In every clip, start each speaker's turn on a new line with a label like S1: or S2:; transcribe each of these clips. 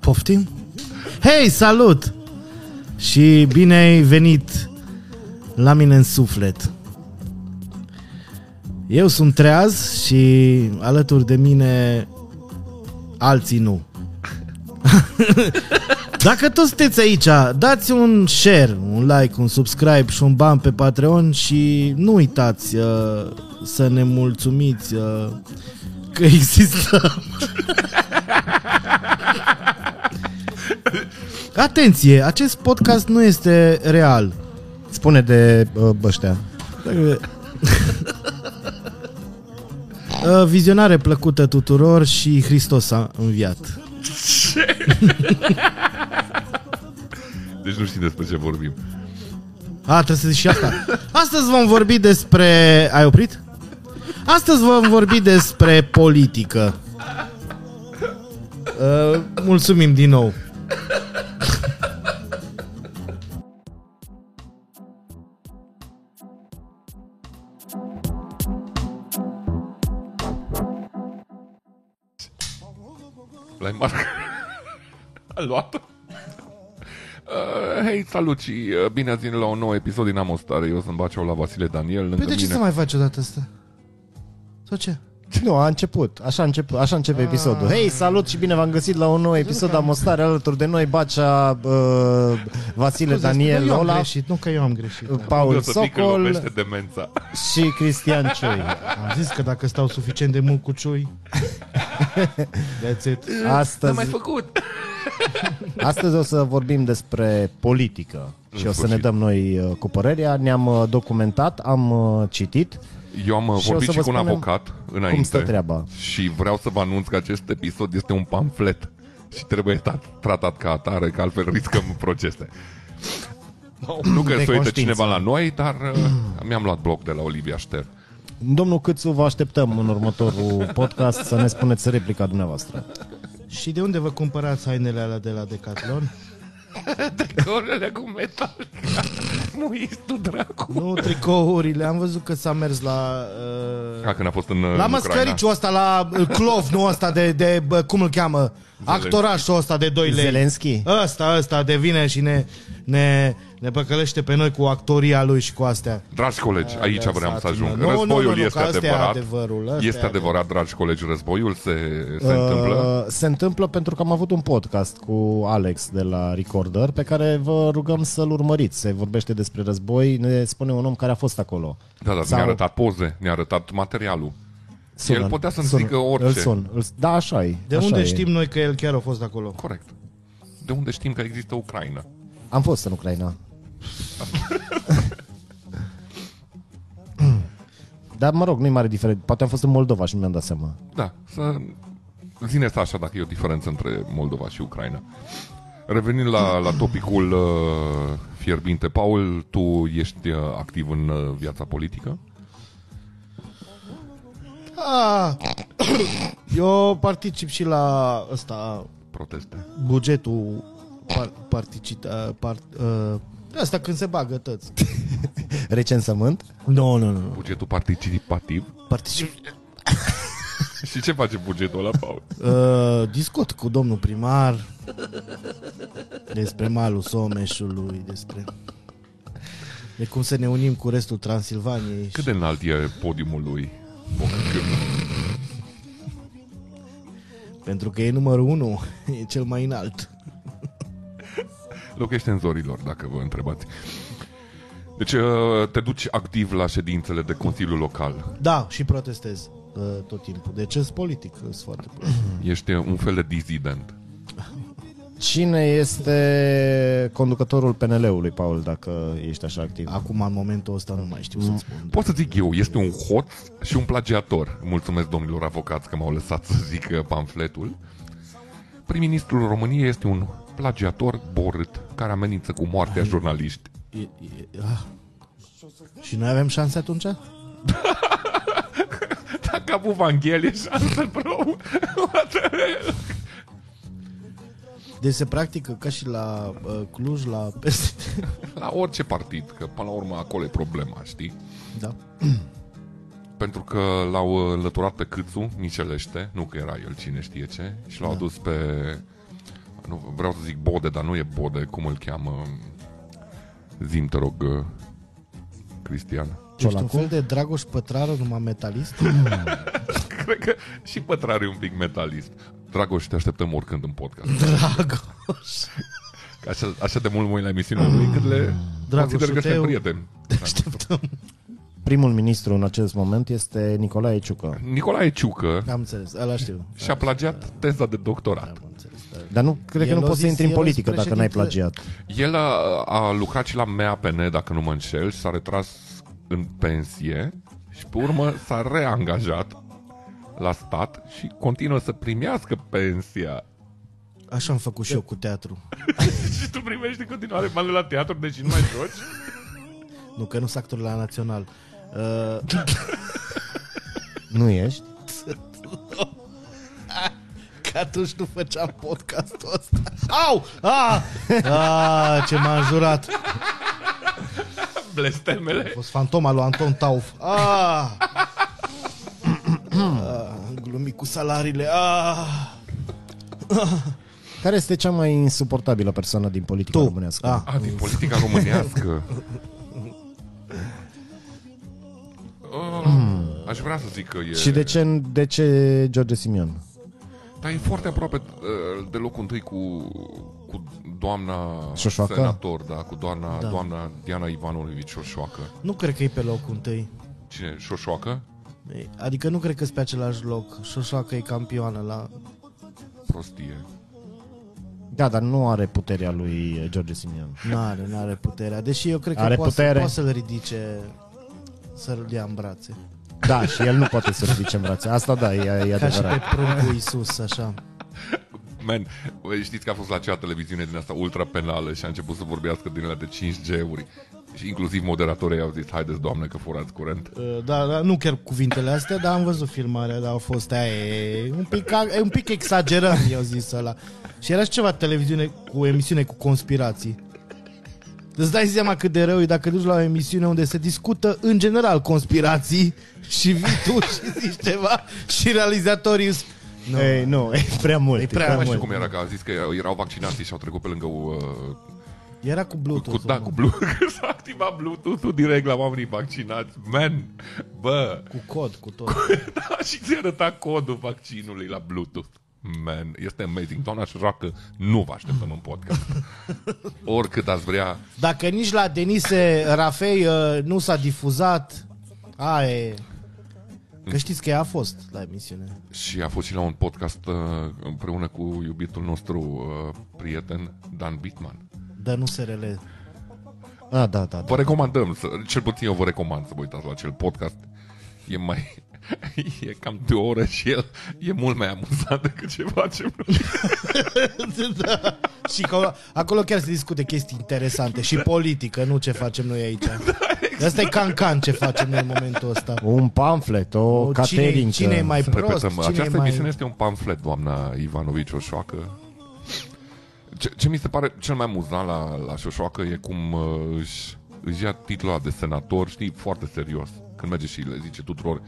S1: Poftim? Hei, salut! Și bine ai venit la mine în suflet. Eu sunt Treaz și alături de mine alții nu. Dacă toți sunteți aici, dați un share, un like, un subscribe și un ban pe Patreon și nu uitați uh, să ne mulțumiți uh, că există. Atenție, acest podcast nu este real.
S2: Spune de uh, ăștia.
S1: Dacă- Uh, Vizionare plăcută tuturor și Hristos a înviat.
S3: Deci nu știi despre ce vorbim.
S1: A, trebuie să zici și asta. Astăzi vom vorbi despre... Ai oprit? Astăzi vom vorbi despre politică. Uh, mulțumim din nou.
S3: L-ai marcat? A luat-o? Uh, Hei, salut și uh, bine ați venit la un nou episod din Amostare. Eu sunt Baceau la Vasile Daniel. Lângă
S1: Păi de ce
S3: mine...
S1: să mai faci odată asta? Sau ce? Ah.
S2: Nu, a început. Așa, încep, așa începe episodul. Hei, salut și bine v-am găsit la un nou episod Amostare alături de noi, Bacea, uh, Vasile, Daniel,
S1: nu, eu am
S2: Olaf,
S1: greșit, nu că eu am greșit. da.
S2: Paul
S3: să fii când
S2: Socol
S3: lovește demența.
S2: și Cristian Cioi.
S1: Am zis că dacă stau suficient de mult cu ciui That's it
S3: N-am mai
S2: Astăzi,
S3: făcut!
S2: astăzi o să vorbim despre politică și o să ne
S3: sfârșit.
S2: dăm noi uh, cu părerea. Ne-am uh, documentat, am uh, citit.
S3: Eu am uh,
S2: Și o
S3: vorbit
S2: să
S3: și
S2: vă
S3: cu un
S2: spunem
S3: avocat înainte.
S2: stă treaba.
S3: Și vreau să vă anunț că acest episod este un pamflet. Și trebuie tat- tratat ca atare, că altfel riscăm procese. Nu că
S2: De
S3: se uită
S2: conștiință.
S3: cineva la noi, dar uh, mi-am luat bloc de la Olivia Șter.
S2: Domnul Câțu, vă așteptăm în următorul podcast să ne spuneți replica dumneavoastră.
S1: Și de unde vă cumpărați hainele alea de la Decathlon?
S3: Corele cu metal. Nu ești tu, dracu.
S1: Nu tricourile, am văzut că s-a mers la... Uh,
S3: Da. Ca când a fost în
S1: la
S3: în Ucraina.
S1: măscăriciul ăsta, la uh, Clov, nu ăsta de, de bă, cum îl cheamă? Actorașul ăsta de 2 lei.
S2: Zelenski?
S1: Ăsta, ăsta devine și ne, ne, ne păcălește pe noi cu actoria lui și cu astea.
S3: Dragi colegi, aici
S1: Da,
S3: vreau să
S1: satină.
S3: ajung.
S1: Nu, nu,
S3: Războiul
S1: nu, nu,
S3: este
S1: că asta e
S3: adevărat.
S1: adevărul, asta e
S3: este
S1: adevărat.
S3: adevărat, dragi colegi, războiul se, se întâmplă.
S2: Uh, Se întâmplă pentru că am avut un podcast cu Alex de la Recorder pe care vă rugăm să-l urmăriți. Se vorbește despre război, ne spune un om care a fost acolo.
S3: Da, dar
S2: sau-
S3: ne-a arătat poze, ne-a arătat materialul.
S2: Sună-l,
S3: El putea să-mi
S2: sună-l,
S3: zică orice.
S2: Îl sun. Îl, da, așa e.
S1: De
S2: așa
S1: unde
S2: e.
S1: știm noi că el chiar a fost acolo?
S3: Corect. De unde știm că există Ucraina?
S2: Am fost în Ucraina. Dar mă rog, nu-i mare diferență. Poate am fost în Moldova și nu mi-am dat seama.
S3: Da, să... Zine asta așa dacă e o diferență între Moldova și Ucraina. Revenind la, la topicul uh, fierbinte, Paul, tu ești uh, activ în uh, viața politică?
S1: Ah, eu particip și la ăsta,
S3: Proteste.
S1: bugetul par, particit, uh, part, uh, asta când se bagă tăți.
S2: Recensământ?
S1: Nu, nu, nu.
S3: Bugetul participativ?
S1: Particip,
S3: Și ce face bugetul la Paul?
S1: Uh, discut cu domnul primar despre malul Someșului, despre de cum să ne unim cu restul Transilvaniei.
S3: Cât
S1: Cât?
S3: de înalt e podiumul lui? Bogdan Câmpu?
S1: Pentru că e numărul 1, e cel mai înalt.
S3: Locuiește în zorilor, dacă vă întrebați. Deci uh, te duci activ la ședințele de Consiliul Local.
S1: Da, și protestez uh, tot timpul. Deci sunt politic, sunt foarte politic.
S3: Ești un fel de dizident.
S2: Cine este conducătorul PNL-ului, Paul, dacă ești așa activ?
S1: Acum, în momentul ăsta, nu mai știu să spun.
S3: Pot să zic eu, este un hoț și un plagiator. Mulțumesc domnilor avocați că m-au lăsat să zic uh, pamfletul. Prim-ministrul României este un plagiator borât care amenință cu moartea jurnaliști.
S1: E, e, ah. Și noi avem șanse atunci?
S3: Dacă a avut Vanghelie șansă, bro,
S1: Deci se practică ca și la uh, Cluj, la PSD.
S3: Păi la orice partid, că până la urmă acolo e problema, știi?
S1: da.
S3: Pentru că l-au uh,
S1: Da.
S3: înlăturat pe Câțu, Micelește, nu că era el cine știe ce, și l-au adus pe nu, vreau să zic Bode, dar nu e Bode, cum îl cheamă? Zim, te rog, uh, Cristian.
S1: Ești un
S2: Ciolacu?
S1: fel de Dragoș Pătrară, numai metalist?
S3: Cred că și Pătrar e un pic metalist. Dragoș, te așteptăm oricând în podcast.
S1: Dragoș.
S3: Așa, așa de mult mă uit la emisiunea lui, cât le
S1: Dragoș,
S3: consider că suntem
S1: eu-
S3: prieteni.
S1: Așteptăm.
S2: Primul ministru în acest moment este Nicolae Ciucă.
S3: Nicolae Ciucă
S1: Am înțeles, ăla știu.
S3: și-a plagiat teza de doctorat.
S1: Am înțeles.
S2: Dar nu,
S1: El
S2: cred că nu
S1: a
S2: poți să
S1: zis-
S2: intri în
S1: el a zis
S2: politică dacă n-ai
S1: președintele-
S2: plagiat.
S3: El a, a lucrat și la MAPN, dacă nu mă înșel, și s-a retras în pensie și pe urmă s-a reangajat la stat și continuă să primească pensia.
S1: Așa am făcut și eu cu teatru.
S3: Și tu primești în continuare bani la teatru, deci nu mai joci?
S1: Nu, că nu sunt actor la național. Uh,
S2: Nu ești?
S1: că atunci nu făceam podcastul ăsta. Au! Ah! A! A, Ah, ce m-a înjurat. A
S3: Blestemele.
S1: fost fantoma lui Anton Tauf. Ah! A! A am Ah, glumit cu salariile. Ah! A!
S2: Care este cea mai insuportabilă persoană din politica
S1: Tu. Ah.
S2: românească?
S1: A.
S3: A, din politica românească. Ah, Aș vrea să zic că e...
S2: Și de ce, de ce George Simion?
S3: Dar e foarte aproape uh, de locul întâi cu, cu doamna
S2: Șoșoacă?
S3: senator, da, cu doamna, da. doamna Diana Ivanovici Șoșoacă.
S1: Nu cred că e pe locul întâi.
S3: Cine? Șoșoacă?
S1: Adică nu cred că sunt pe același loc. Șoșoacă e campioană la...
S3: Prostie.
S2: Da, dar nu are puterea lui George Simion.
S1: N-are, n-are puterea. Deși eu cred că
S2: Are
S1: poate,
S2: putere.
S1: poate să-l ridice să-l ia în brațe.
S2: Da, și el nu poate să ridice în brațe. Asta da, e, e
S1: Ca și pe
S2: adevărat.
S1: pruncul Iisus, așa.
S3: Man, știți că a fost la acea televiziune din asta ultra penală și a început să vorbească din ele de 5G-uri. Și inclusiv moderatorii au zis, haideți doamne că furați curent.
S1: Uh, Da, da, nu chiar cuvintele astea, dar am văzut filmarea, dar au fost aia, e, un pic, e, un pic exagerat, i-au zis ăla. Și era și ceva televiziune cu emisiune cu conspirații. Îți dai seama cât de rău e dacă duci la o emisiune unde se discută în general conspirații și vii tu și zici ceva și realizatorii îs-
S2: Nu. Ei, nu, e prea mult. E
S1: prea
S3: Nu mai
S1: mult.
S3: știu cum era, că a zis că erau vaccinați și au trecut pe lângă uh,
S1: Era cu
S3: Cu,
S1: Bluetooth.
S3: da, cu Bluetooth, s-a activat Bluetooth-ul direct la oamenii vaccinați. Man, bă,
S1: cu cod, cu tot.
S3: da, și ți arăta codul vaccinului la Bluetooth. Man, este amazing. Doamna Șoșoacă, nu vă așteptăm în podcast. Oricât ați vrea,
S1: Dacă nici la Denise Rafei uh, nu s-a difuzat, a, e... Că știți că ea a fost la emisiune.
S3: și a fost și la un podcast uh, împreună cu iubitul nostru uh, prieten, Dan Bitman.
S1: Dar nu SRL.
S2: A, da, da, da.
S3: Vă recomandăm, să, cel puțin eu vă recomand să vă uitați la acel podcast. E mai... E cam de o oră și el e mult mai amuzant decât ce facem noi.
S1: da. Și că acolo chiar se discute chestii interesante și politică, nu ce facem noi aici.
S3: Da, exact.
S1: Asta e cancan ce facem noi în momentul ăsta.
S2: Un pamflet, o, o
S1: Cine,
S2: caterincă.
S1: cine e mai
S3: Să
S1: prost?
S3: repetăm,
S1: Cine e
S3: Păi, această emisiune
S1: mai...
S3: este un pamflet, doamna Ivanovici Oșoacă. Ce, ce mi se pare cel mai amuzant la, la Șoșoacă e cum uh, își, își ia titlul ăla de senator, știi, foarte serios. Când merge și le zice tuturor,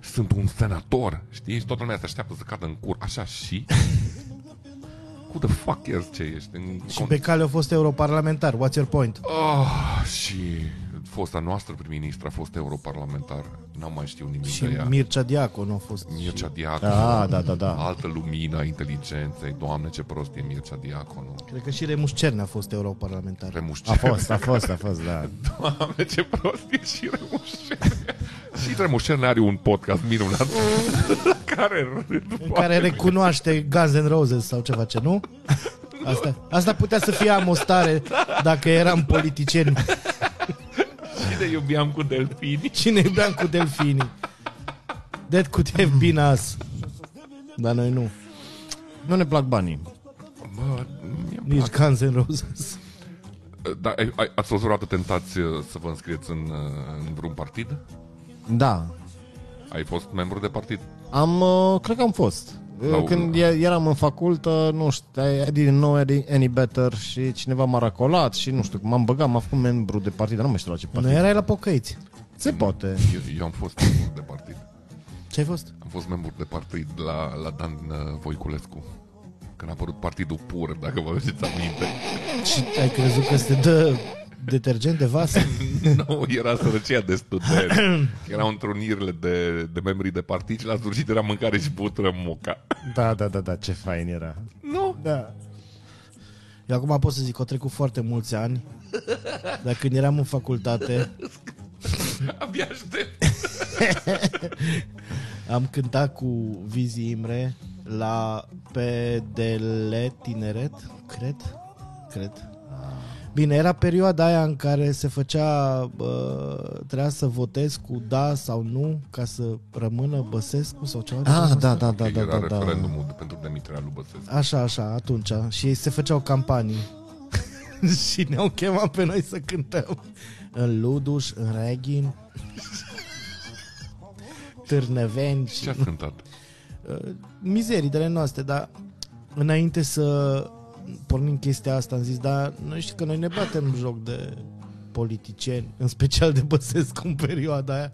S3: sunt un senator, știi? Și toată lumea se așteaptă să cadă în cur, așa și... Who the fuck ești ce ești? În
S1: Și
S3: con-
S1: pe cale a fost europarlamentar. What's your point?
S3: Ah, și fosta noastră prim-ministru a fost europarlamentar. N-am mai știut nimic
S1: Și Ah,
S3: de ea.
S1: Mircea Diaconu a fost.
S3: Mircea Diaconu.
S2: A, da, da, da.
S3: altă lumină a inteligenței. Doamne, ce prost e Mircea Diaconu.
S1: Cred că și Remus Cernea a fost europarlamentar.
S2: A
S3: Remușcel.
S2: fost, a fost, a fost, da.
S3: Doamne, ce prost e și Remușcel. și Remușcel are un podcast minunat care râd.
S1: În care recunoaște Guns N' Roses sau ce face, nu? Asta, asta putea să fie amostare dacă eram politicieni
S3: Și ne iubeam cu delfini.
S1: și ne iubeam cu delfinii. That could have been us. Dar noi nu.
S2: Nu ne plac banii.
S3: Bă, mie îmi
S1: Nici
S3: place.
S1: Guns N' Roses.
S3: da, ai, ai- ați fost vreodată tentați uh, să vă înscrieți în, uh, în vreun partid?
S2: Da.
S3: Ai fost membru de partid?
S2: Am, uh, cred că am fost. Uh,
S3: La-
S2: Când e- eram în facultă, nu știu, I didn't know any, any better și cineva m-a racolat și nu știu, m-am băgat, m-am făcut membru de partid, dar nu mai știu la ce
S1: Nu
S2: partid.
S1: erai la pocăiți.
S2: Se poate.
S3: Eu, eu am fost membru de partid.
S1: Ce ai fost?
S3: Am fost membru de partid la, la Dan uh, Voiculescu. când a apărut partidul pur, dacă vă aduceți aminte.
S1: Și ai crezut că se dă detergent de vas?
S3: nu, era sărăcia de student. Erau întrunirile de, de membrii de partid și la sfârșit era mâncare și putră moca.
S2: Da, da, da, da, ce fain era.
S3: Nu?
S2: Da.
S1: Eu acum pot să zic că au trecut foarte mulți ani, dar când eram în facultate,
S3: Abia aștept.
S1: am cântat cu Vizi Imre la PDL Tineret, cred, cred. Bine, era perioada aia în care se făcea, uh, trebuia să votez cu da sau nu ca să rămână Băsescu sau ceva. de genul
S2: Ah,
S1: ăsta.
S2: da, da, da, da,
S3: era
S2: da, da.
S3: referendumul de- pentru demiterea lui Băsescu.
S1: Așa, așa, atunci. Și ei se făceau campanii. și ne-au chemat pe noi să cântăm. În Luduș, în Reghin, Târnăveni și
S3: Ce ați cântat?
S1: mizerii de ale noastre, dar înainte să pornim chestia asta, am zis, dar noi știi că noi ne batem joc de politicieni, în special de Băsescu în perioada aia.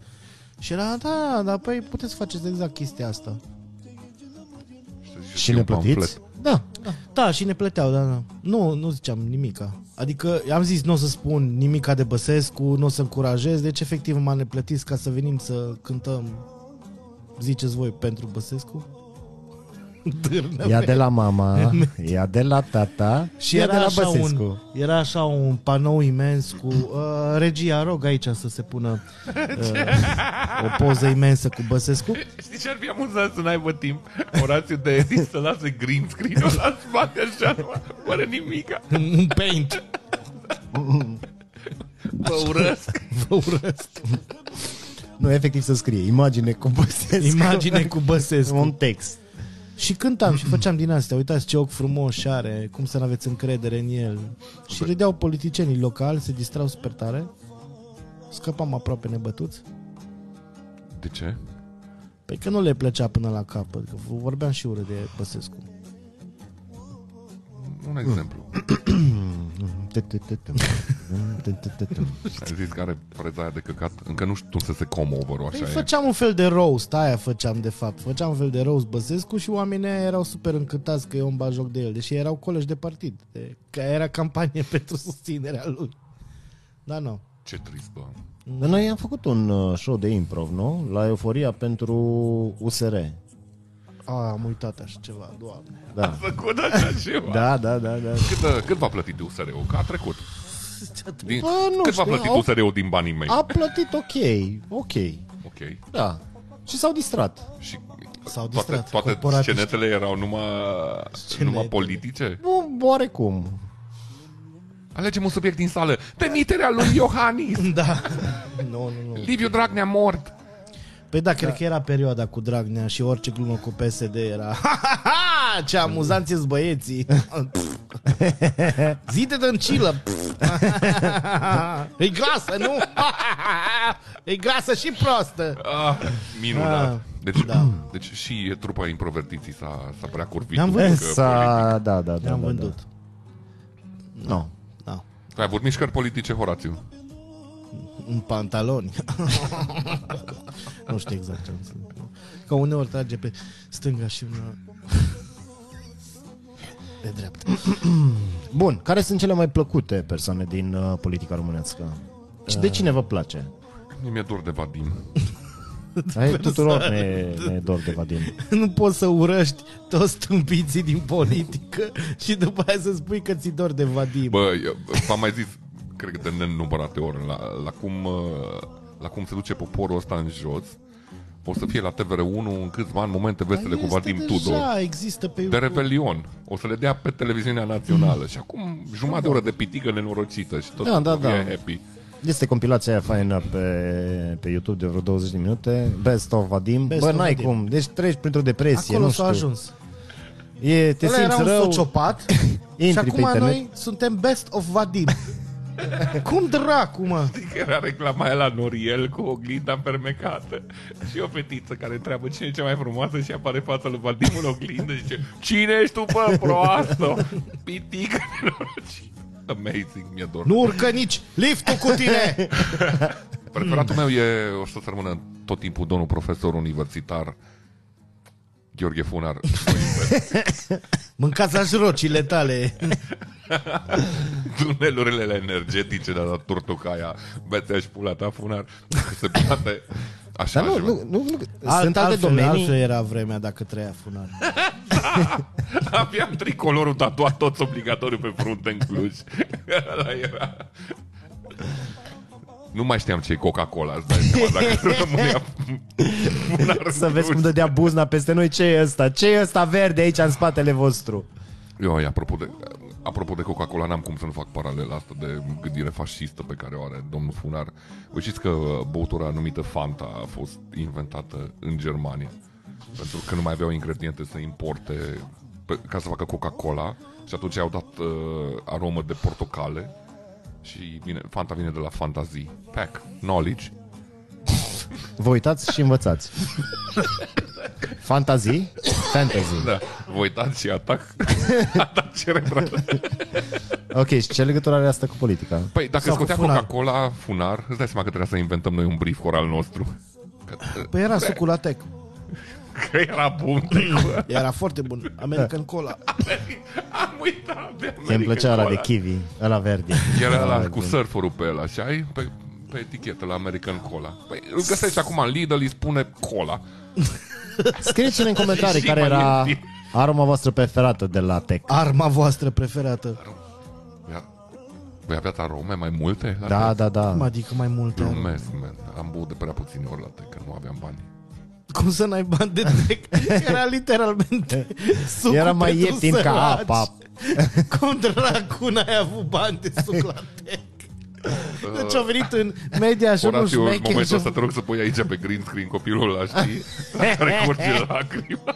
S1: Și era, da, da, dar păi puteți să faceți exact chestia asta.
S2: Și ne plătiți?
S1: Da, da. Da, și ne plăteau, da, da. Nu, nu ziceam nimica. Adică am zis, nu o să spun nimica de Băsescu, nu o să încurajez, deci efectiv m-a neplătit ca să venim să cântăm, ziceți voi, pentru Băsescu.
S2: Ia de la mama, ia de la tata
S1: Și
S2: ia
S1: era,
S2: de la
S1: așa
S2: Băsescu.
S1: un, era așa un panou imens cu uh, regia, rog aici să se pună uh, o poză imensă cu Băsescu.
S3: Știi ce ar fi amuzant să n-aibă timp? Orațiu de edit să lase green screen-ul la spate așa, fără nimica.
S1: Un paint.
S3: Vă urăsc.
S1: Vă urăsc.
S2: Nu, efectiv să scrie imagine cu Băsescu.
S1: Imagine cu Băsescu.
S2: Un text.
S1: Și cântam și făceam din astea, uitați ce ochi frumos are, cum să n-aveți încredere în el. Și râdeau politicienii locali, se distrau super tare, scăpam aproape nebătuți,
S3: De ce?
S1: pe că nu le plăcea până la capăt, că vorbeam și urât de Băsescu.
S3: Un exemplu. Ai zis că are freza aia de căcat. Încă nu știu cum să se comover
S1: Păi
S3: așa e.
S1: făceam un fel de roast, aia făceam de fapt, făceam un fel de roast Băsescu și oamenii aia erau super încântați că eu îmi bag joc de el, deși erau colegi de partid, de, că era campanie pentru susținerea lui. Da, nu.
S3: Ce trist, bă.
S2: Dar noi am făcut un uh, show de improv, nu? La Euforia pentru USR.
S1: A, am uitat așa ceva, doamne.
S2: Da.
S3: Făcut așa ceva.
S2: Da, da, da, da.
S3: Cât, uh, cât v-a plătit de USR-ul? Că a trecut. Din,
S2: Bă, nu
S3: cât v-a
S2: știu,
S3: plătit
S2: au-
S3: USR-ul din banii mei?
S2: A plătit ok, ok.
S3: Ok.
S2: Da. Și s-au distrat.
S3: Și
S1: S-au
S3: toate,
S1: distrat
S3: toate
S1: corporatiștii.
S3: scenetele erau numai, numai politice?
S2: Nu, oarecum.
S3: Alegem un subiect din sală. Demiterea lui Iohannis!
S1: Da. Nu, nu, nu.
S3: Liviu Dragnea mort!
S1: Păi da, cred că era perioada cu Dragnea și orice glumă cu PSD era "Ha, ha, ha, ce amuzanți sunt băieții! Zite dăncilă! e grasă, nu? e grasă și prostă!
S3: Ah, minunat!
S1: Ah,
S3: deci,
S1: da.
S3: deci și trupa introvertiții s-a, s-a prea curvit.
S1: Ne-am
S3: cu-
S1: văzut.
S3: că politic.
S2: S-a, da, da, da.
S1: Ne-am
S2: da,
S1: Exact. vândut.
S2: Da. No.
S1: Da.
S3: Ai avut mișcări politice, Horațiu?
S1: În pantaloni. nu știu exact ce am zis. Că uneori trage pe stânga și uneori pe dreapta.
S2: Bun, care sunt cele mai plăcute persoane din uh, politica românească? Și
S1: Uh.
S2: de cine vă place?
S3: Mie Mi-e dor de Vadim.
S2: Ai tuturor ne, ne dor de Vadim.
S1: Nu poți să urăști toți tâmpiții din politică și după aia să spui că ți dor de Vadim. Bă.
S3: Bă, eu- v-am mai zis, cred că de nenumărate ori, la, la, cum, uh, la cum se duce poporul ăsta în jos, o să fie la TVR1 în câțiva ani momente vesele cu Vadim
S1: Păi deja,
S3: Tudor.
S1: există pe
S3: De
S1: YouTube.
S3: Revelion. O să le dea pe televiziunea națională. Și acum jumătate de oră de pitică nenorocită și tot
S2: Da, da,
S3: e
S2: da.
S3: happy.
S2: Este compilația aia faină pe, pe YouTube de vreo 20 de minute. Best of Vadim.
S1: Best
S2: Bă,
S1: of
S2: n-ai
S1: Vadim.
S2: cum. Deci treci printr-o depresie,
S1: Acolo
S2: nu
S1: s-a
S2: știu.
S1: ajuns.
S2: E, te
S1: Ăla era
S2: simți
S1: un
S2: rău.
S1: sociopat și
S2: Intri pe
S1: acum
S2: internet.
S1: noi suntem best of Vadim. Cum dracu, mă?
S3: Știi că era reclama aia la Noriel cu oglinda fermecată și o fetiță care întreabă cine e cea mai frumoasă și apare fața lui Vadim în oglindă și zice Cine ești tu, bă, proastă? Pitică nenorocită. Amazing, mi-e dor.
S1: Nu urcă nici liftul cu tine!
S3: Preferatul meu e, o să rămână tot timpul domnul profesor universitar Gheorghe Funar.
S1: Mâncați aș rocile tale.
S3: tunelurile energetice de la Turtucaia, bețea și pula ta funar, dacă se poate. Așa
S2: Dar nu,
S3: aș
S2: nu, nu, nu.
S1: Alt,
S2: sunt alte
S1: altfel,
S2: domenii.
S1: Altfel era vremea dacă trăia funar.
S3: Avea tricolorul tatuat toți obligatoriu pe frunte în Cluj. Ăla era. Nu mai știam ce e Coca-Cola, îți dai seama, dacă rămânea funar în
S2: Să vezi
S3: Cluj.
S2: cum dădea buzna peste noi, ce e ăsta? Ce e ăsta verde aici în spatele vostru?
S3: Eu, ai, apropo de, apropo de Coca-Cola, n-am cum să nu fac paralela asta de gândire fascistă pe care o are domnul Funar. Vă știți că băutura numită Fanta a fost inventată în Germania. Pentru că nu mai aveau ingrediente să importe pe, ca să facă Coca-Cola și atunci au dat uh, aromă de portocale și vine, Fanta vine de la fantazii. Pack, knowledge.
S2: Vă uitați și învățați. Fantazii? Fantasy.
S3: Da, vă uitați și atac. atac cerebral.
S2: Ok, și ce legătură are asta cu politica?
S3: Păi dacă
S1: Sau
S3: scotea
S1: cu funar.
S3: Coca-Cola, funar, îți dai seama că trebuia să inventăm noi un brief cu al nostru. Că,
S1: Păi era sucul la tec.
S3: că era bun. bă.
S1: Era foarte bun. American Cola.
S3: Am uitat de
S2: Îmi
S3: American
S2: plăcea ăla
S3: Cola.
S2: de kiwi, ăla verde.
S3: Era la,
S2: verde.
S3: cu surferul pe el, așa ai? Pe, pe etichetă la American Cola. Păi îl găsești acum în Lidl, îi spune Cola.
S2: Scrieți-ne în comentarii
S3: Și
S2: care
S3: mai
S2: era
S3: ieftin.
S2: aroma voastră preferată de la Tech.
S1: Arma voastră preferată.
S3: Ia- Voi aveați arome mai multe? La
S2: Da,
S3: tec?
S2: da,
S1: Cum
S2: da.
S1: adică mai multe?
S3: Glumesc, man. Am băut de prea puține ori la tec, că nu aveam bani.
S1: Cum să n-ai bani de tec? Era literalmente sucul
S2: Era mai
S1: pentru
S2: ieftin ca
S1: săraci.
S2: apa.
S1: Cum dracu n-ai avut bani de suc la tec? Deci au venit în media și unul
S3: Horatiu, în
S1: șmecher
S3: momentul
S1: și
S3: ăsta te rog să pui aici pe green screen copilul ăla, știi? care curge lacrima.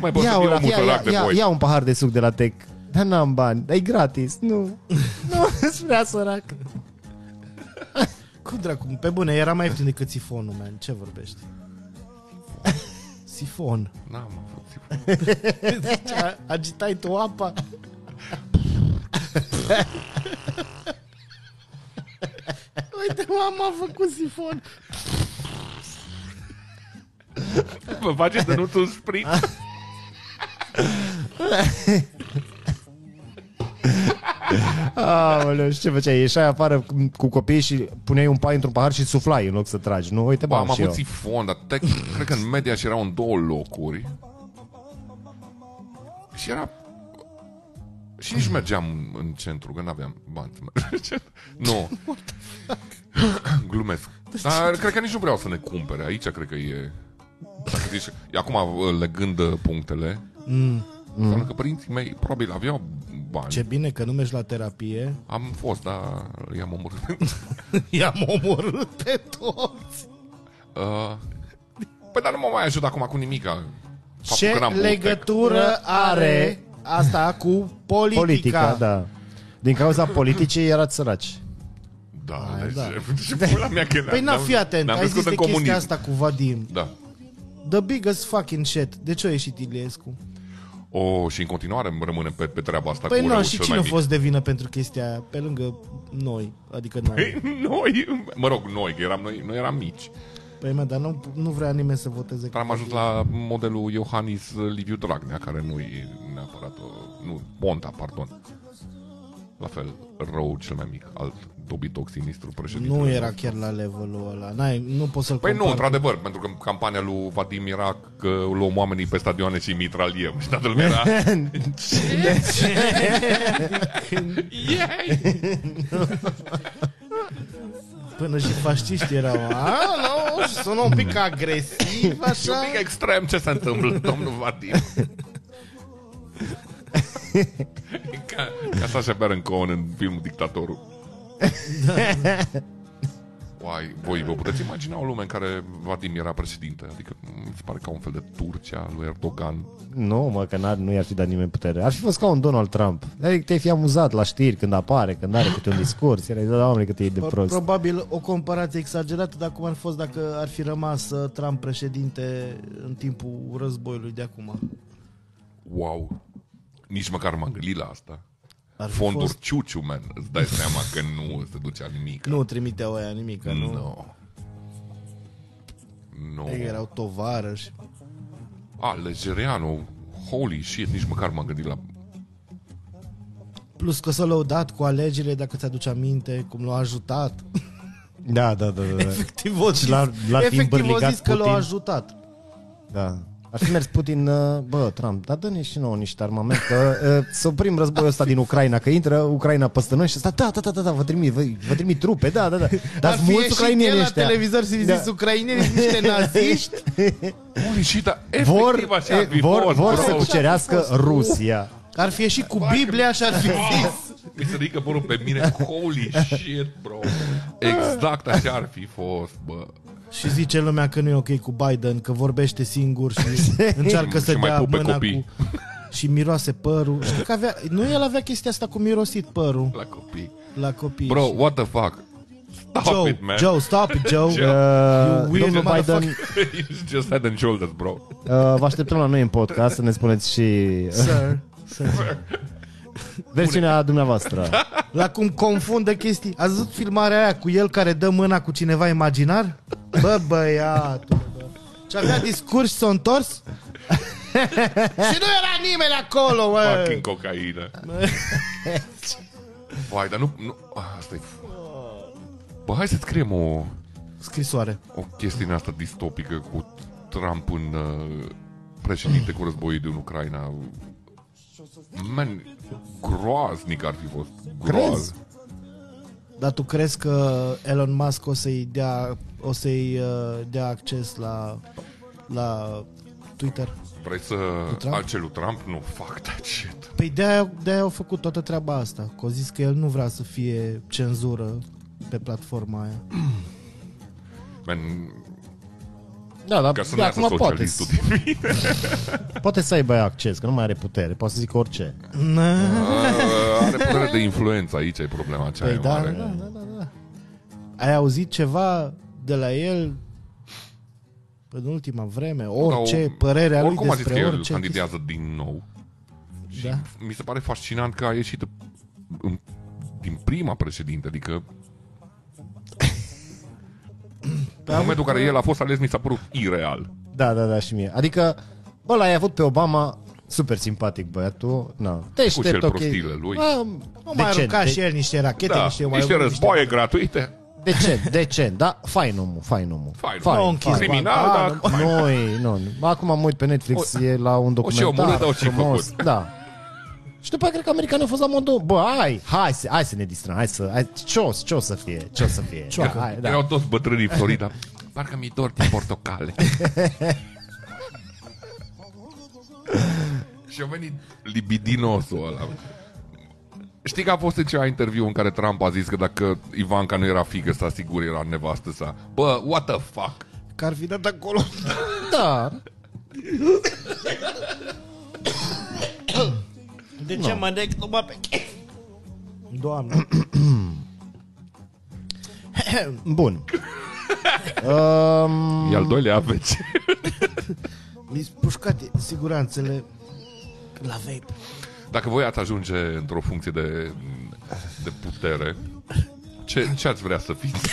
S3: Mai pot să
S2: Ia,
S3: fiu un
S2: Olaf, ia,
S3: mutorac
S2: ia,
S3: de
S2: ia,
S3: voi.
S2: ia un pahar de suc de la Tech. Dar n-am bani, dar e gratis. Nu, nu, sunt prea sărac.
S1: Cum dracu? Pe bune, era mai ieftin decât sifonul, man. Ce vorbești? Sifon.
S3: N-am avut timp.
S1: Deci, a- agitai tu apa? Uite, mama a făcut sifon.
S3: Vă face de nu un sprint?
S2: Ah, Aoleu, și ce făceai? Ieșai afară cu- cu copiii și puneai un pai într-un pahar și suflai în loc să tragi. Nu, uite,
S3: Bă,
S2: bă,
S3: am
S2: și eu.
S3: avut sifon, dar te, cred că în media și erau în două locuri. Și era... Și nici mergeam în centru, că n-aveam bani să merg în centru. Nu. Glumesc.
S2: Deci
S3: Dar cred că nici nu vreau să ne cumpere. Aici cred că e... Dacă zici, acum legând uh, punctele,
S2: Mm.
S3: înseamnă că părinții mei probabil aveau bani.
S1: Ce bine că nu mergi la terapie.
S3: Am fost, dar i-am omorât.
S1: I-am omorât pe toți.
S3: Uh, Păi dar nu mă mai ajut acum cu nimica. Faptul
S1: Ce
S3: că n-am băut
S1: legătură are asta cu politica?
S2: Politica, da. Din cauza politicii erați săraci.
S3: tec. Da, deci,
S1: da.
S3: da. și pula mea că
S1: Păi na, fii atent, ai zis de chestia asta cu Vadim.
S3: Da.
S1: The biggest fucking shit. De ce a ieșit Iliescu?
S3: O, și în continuare îmi rămânem pe, pe treaba asta
S1: Păi
S3: cu
S1: nu,
S3: răul
S1: și
S3: cel
S1: cine a
S3: mai mic.
S1: fost de vină pentru chestia aia? Pe lângă noi, adică noi.
S3: Păi, Noi, mă rog, noi, că eram, noi, noi eram mici.
S1: Păi mă, dar nu, nu vrea nimeni să voteze.
S3: Dar am ajuns la modelul Iohannis uh, Liviu Dragnea, care nu e neapărat, o, nu, Ponta, pardon. La fel, rău cel mai mic, alt dobitoc sinistru președinte.
S1: Nu era chiar la levelul ăla. N-ai, nu poți să-l
S3: Păi nu,
S1: compar.
S3: într-adevăr, pentru că campania lui Vadim era că luăm oamenii pe stadioane și îi mitraliem. Și toată lumea era... Yay!
S1: Până și fasciști erau. A, nu, și sună un pic agresiv,
S3: E
S1: așa.
S3: un pic extrem ce se întâmplă, domnul Vadim. E ca, ca Sasha Baron Cohen în filmul Dictatorul. Uai, voi vă puteți imagina o lume în care Vadim era președinte? Adică mi se pare ca un fel de Turcia lui Erdogan.
S2: Nu, mă, că n-ar, nu i-ar fi dat nimeni putere. Ar fi fost ca un Donald Trump. Adică te-ai fi amuzat la știri când apare, când are câte un discurs. Erai da, oameni, cât e de
S1: Pro-
S2: prost.
S1: Probabil o comparație exagerată, dar cum ar fi fost dacă ar fi rămas uh, Trump președinte în timpul războiului de acum.
S3: Wow! Nici măcar m-am gândit la asta.
S1: Ar fi
S3: Fonduri
S1: fost-
S3: fost... ciuciu, man. Îți dai seama că nu se ducea nimic.
S1: Nu trimiteau aia nimic, nu.
S3: Nu. Nu.
S1: Ei erau tovarăși.
S3: A, Lejereanu, holy shit, nici măcar m-am gândit la...
S1: Plus că s-a lăudat cu alegerile, dacă ți-aduci aminte, cum l-a ajutat.
S2: Da, da, da, da.
S1: Efectiv, o zis,
S2: Și l-a- l-a
S1: efectiv, o
S2: timbărligat
S1: zis că l-a
S2: Putin.
S1: ajutat.
S2: da. Ar fi mers Putin, uh, bă, Trump, dar dă-ne și nouă niște armament, că uh, să oprim războiul ăsta din Ucraina, că intră Ucraina peste noi și sta, da, da, da, da, da vă trimit, vă, vă trimit trupe, da, da, da. Dar
S1: Ar
S2: sunt
S1: fi
S2: mulți
S1: ieșit el
S2: ucrainieni
S1: la
S2: ăștia.
S1: televizor și
S2: Da.
S1: zis ucrainieni sunt niște naziști.
S3: Holy shit, dar
S2: Vor,
S3: efectiv așa ar
S2: e,
S3: fi
S2: vor,
S3: fost,
S2: vor
S3: bro.
S2: să cucerească Rusia.
S1: Ar fi ieșit cu Biblia și ar fi zis.
S3: Mi se ridică părul pe mine Holy shit, bro Exact așa ar fi fost, bă
S1: Și zice lumea că nu e ok cu Biden, că vorbește singur și încearcă să
S3: Și mai
S1: dea
S3: pupe
S1: mâna
S3: copii.
S1: cu... Și miroase părul. Știi că avea... Nu el avea chestia asta cu mirosit părul
S3: La copii
S1: la copii.
S3: Bro,
S1: Și-
S3: what the fuck Stop
S1: Joe,
S3: it, man
S1: Joe, stop it, Joe.
S3: Joe.
S2: Uh,
S1: You weird
S2: domnul Biden,
S1: motherfucker.
S3: It's just head and shoulders, bro
S2: uh, vă așteptăm la noi în podcast să ne spuneți și uh,
S1: Sir, sir.
S2: versiunea dumneavoastră.
S1: La cum confundă chestii. Ați văzut filmarea aia cu el care dă mâna cu cineva imaginar? Bă, băiatul, bă. Și avea discurs și s-a întors? și nu era nimeni acolo, bă.
S3: Fucking cocaină Vai, dar nu, nu asta e Bă, hai să scriem o,
S1: Scrisoare.
S3: o chestie din asta distopică Cu Trump în uh, președinte cu războiul din Ucraina Man, groaznic ar fi fost Groaz.
S2: Crezi?
S1: Dar tu crezi că Elon Musk o să-i dea, o să-i uh, dea acces la, la Twitter?
S3: Vrei să...
S1: Trump?
S3: Al celui Trump? Nu, fuck that shit.
S1: Păi de-aia, de-aia au făcut toată treaba asta. Că au zis că el nu vrea să fie cenzură pe platforma aia.
S3: Man,
S2: Da, dar
S3: ca să
S1: Păi
S2: de
S3: nu iasă
S2: acum poate,
S3: socialistul din mine.
S2: poate să aibă acces, că nu mai are putere, poate să zic orice.
S3: Ah, Are putere de influență aici, e problema cea
S1: Păi
S3: e
S1: da, da,
S3: mare.
S1: da, da, da. Ai auzit ceva de la el în ultima vreme? Orice,
S3: Dar o-
S1: părerea lui
S3: Oricum a zis că
S1: despre
S3: el
S1: orice. chestie.
S3: candidează din nou. Și
S1: Da.
S3: mi se pare fascinant că a ieșit în, din prima președinte, adică
S1: Păi
S3: în momentul în care el a fost ales, mi s-a părut ireal.
S2: Da, da, da, și mie. Adică, bă, l-ai avut pe Obama, super simpatic băiatul, na. Te
S3: Cu
S2: aștept,
S3: cel
S2: ok.
S3: prostile lui.
S2: Bă,
S1: O mai
S2: decent,
S1: arunca
S2: de-
S1: și el niște rachete,
S3: Da,
S1: niște,
S3: niște
S1: mai
S3: războaie gratuite.
S2: Decent, decent, da, fain omul, fain omul.
S3: Fain,
S2: Fain,
S1: a
S3: nu
S2: fain.
S1: închis
S3: Criminal, dar...
S2: Noi, Da, nu, nu. Acum mă uit pe Netflix, o, e la un
S3: și
S2: documentar
S3: omul ăla, dar o și
S2: frumos.
S3: făcut.
S2: Da. Și după aia cred că americanii au fost la modul, bă, hai, hai, să, hai să ne distrăm, hai să, hai, ce, o, ce o să fie, ce o să fie.
S1: Cioacă.
S2: hai, da.
S3: Erau toți bătrânii în Florida. Parcă mi-e dor de portocale. Și a venit libidinosul ăla. Știi că a fost în ceva interviu în care Trump a zis că dacă Ivanka nu era fică sa, sigur era nevastă sa. Bă, what the fuck?
S1: Că ar fi dat acolo.
S2: da.
S1: De ce mă nec numai pe chef? Doamne.
S2: Bun. um,
S3: E al doilea aveți.
S1: Mi-s pușcate siguranțele la vape.
S3: Dacă voi ați ajunge într-o funcție de, de putere, ce, ce ați vrea să fiți?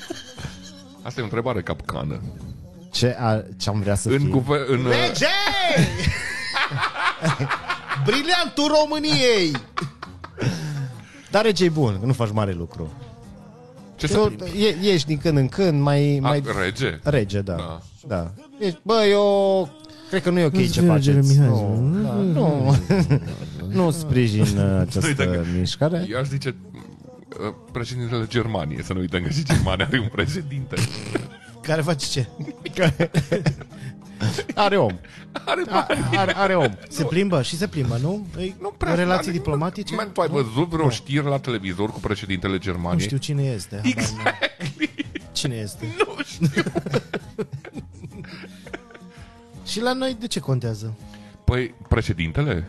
S3: Asta e o întrebare capcană.
S2: ce, a, ce am vrea să
S3: În,
S2: fie?
S3: guver- în, uh,
S1: Lege! Briliantul României!
S2: Dar rege e bun, că nu faci mare lucru.
S3: ce să
S2: Tu e, ești din când în când, mai...
S3: A,
S2: mai
S3: rege?
S2: rege, da.
S3: Da.
S2: da. da. Ești, bă, eu cred că nu e ok ce
S1: vine
S2: faceți.
S1: Jeremy
S2: Nu,
S1: Hazel.
S2: da, nu, nu sprijin uh, această mișcare.
S3: Eu aș zice uh, președintele Germaniei, să nu uităm că și Germania are un președinte.
S1: Care face ce?
S2: Are om.
S3: Are
S2: A- Are, are om.
S1: Se plimbă și se plimbă, nu? Ei,
S3: nu prea.
S1: Relații
S3: adică,
S1: diplomatice?
S3: Man, tu ai văzut vreo știri la televizor cu președintele Germaniei?
S1: Nu știu cine este. habar n-am.
S3: Exact.
S1: Cine este?
S3: Nu știu.
S1: Și la noi de ce contează?
S3: Păi, președintele?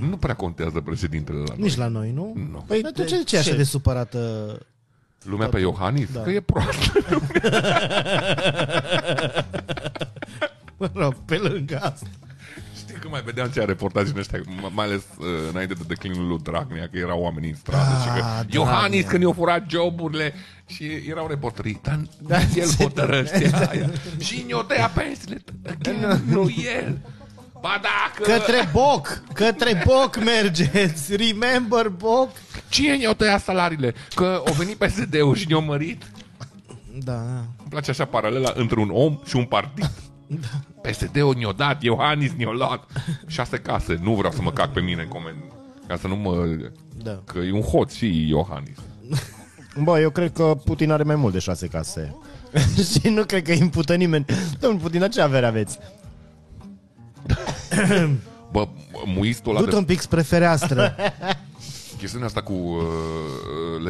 S3: nu prea contează președintele la noi.
S1: Nici la noi, nu?
S3: Nu.
S1: Păi atunci de ce e așa de supărată?
S3: Lumea pe Iohannis?
S1: Da.
S3: Că e proastă.
S1: Mă rog, pe lângă asta.
S3: Știi Când mai vedeam ce reportaje în ăștia, m- mai ales uh, înainte de declinul lui Dragnea, că erau oameni în stradă și
S2: Dragnea.
S3: că Iohannis când i-au furat joburile și erau reporterii, dar da, el hotărăște aia. Și ne-o tăia pensiile, Again, nu el. Ba da, dacă...
S1: Către boc! Către boc mergeți! Remember boc!
S3: Cine ne-o tăia salariile? Că au venit PSD-ul și ne-o mărit.
S1: Da,
S3: Îmi place așa paralela între un om și un partid. PSD-ul ne-o dat, Iohannis ne-o luat. Șase case, nu vreau să mă cac pe mine în comentarii. Ca să nu mă...
S1: da.
S3: Că e un hoț și Iohannis.
S2: Bă, eu cred că Putin are mai mult de șase case. și nu cred că îi impută nimeni. Domnul Putin, dar ce avere aveți?
S3: Bă, muistul ăla
S1: Du-te
S3: de
S1: un pic spre fereastră.
S3: chestiunea asta cu uh,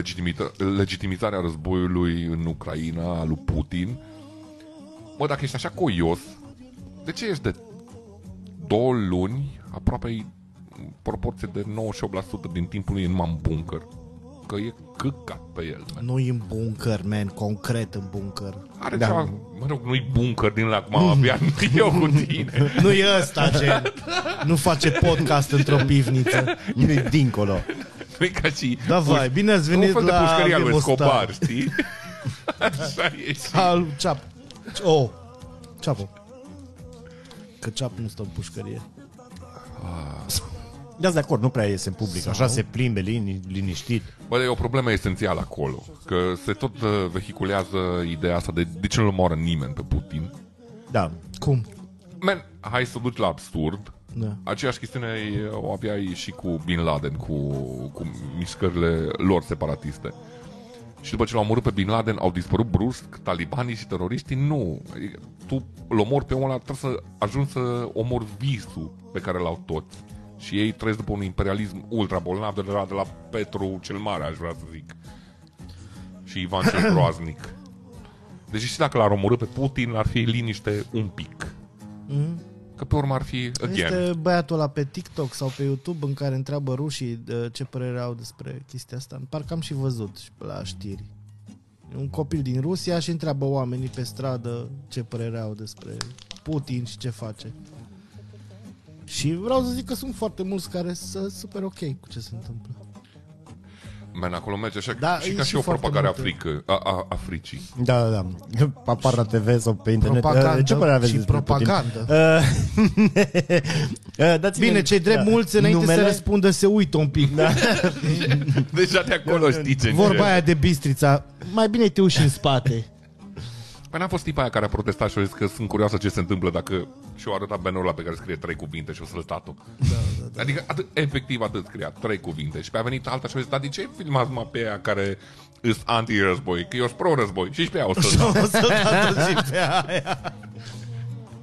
S3: legitimita- legitimizarea războiului în Ucraina a lui Putin. Mă, dacă ești așa coios, de ce ești de două luni, aproape în proporție de 98% din timpul lui numai în bunker? Că e căcat pe el. Man.
S1: Nu-i în bunker, man, concret în bunker.
S3: Are da. ceva, mă rog, nu-i bunker din la acum, abia eu cu tine.
S1: Nu e ăsta, gen. Nu face podcast într-o pivniță.
S2: Nu e dincolo.
S3: Nu-i ca și...
S1: Da, vai, bine ați
S3: un
S1: venit
S3: fel de
S1: la da.
S3: pușcăria lui
S1: Vivo Star.
S3: Scobar, știi? Așa e și...
S1: Al ceap. Oh. Ceapă. Că ceap nu stă în pușcărie.
S2: Da, de acord, nu prea iese în public. Așa se plimbe lini, liniștit.
S3: Bă, dar e o problemă esențială acolo. Că se tot uh, vehiculează ideea asta de de ce nu-l moară nimeni pe Putin.
S2: Da.
S1: Cum?
S3: Man, hai să o duci la absurd.
S1: Da.
S3: Aceeași chestiune e- o aveai și cu Bin Laden, cu, cu mișcările lor separatiste. Și după ce l-au omorât pe Bin Laden, au dispărut brusc talibanii și teroriștii? Nu. Adică, tu îl omori pe omul ăla, trebuie să ajungi să omori visul pe care l-au toți. Și ei trăiesc după un imperialism ultra bolnav de la, de la Petru cel Mare, aș vrea să zic. Și Ivan cel Groaznic. Deci și dacă l-ar omorâ pe Putin, ar fi liniște un pic. Mm. Că pe urmă ar fi, again,
S1: Mhm. Este băiatul ăla pe TikTok sau pe YouTube în care întreabă rușii uh, ce părere au despre chestia asta. Parcă am și văzut și pe la știri. E Un copil din Rusia și întreabă oamenii pe stradă ce părere au despre Putin și ce face. Și vreau să zic că sunt foarte mulți care sunt super ok cu ce se întâmplă.
S3: Man, acolo merge așa da,
S1: Da,
S3: și
S1: e
S3: ca
S1: și
S3: și o
S1: foarte
S3: propagare
S1: multe.
S3: africă, a, a, Africii.
S2: Da, da, da. Apar la TV sau pe internet.
S1: Propagandă
S2: Eh, ce părere aveți
S1: și
S2: despre Putin? Uh,
S1: propagandă.
S2: Eh, eh, Dați-ne,
S1: Bine, cei drept da. mulți înainte Numele? să
S2: numele?
S1: răspundă se uită un pic. Da.
S3: Deja de acolo știi ce
S1: Vorba aia de bistrița. Mai bine te uși în spate.
S3: Păi n-a fost tipa aia care a protestat și a zis că sunt curioasă ce se întâmplă dacă și-o arăta bannerul ăla pe care scrie trei cuvinte și o săltat-o. Da, da, da. Adică atât, efectiv atât scria, trei cuvinte. Și pe a venit alta și a zis, dar de ce filmați mă pe aia care îs anti-război? Că eu sunt pro-război. Și și pe aia o să
S1: o să dată și pe aia.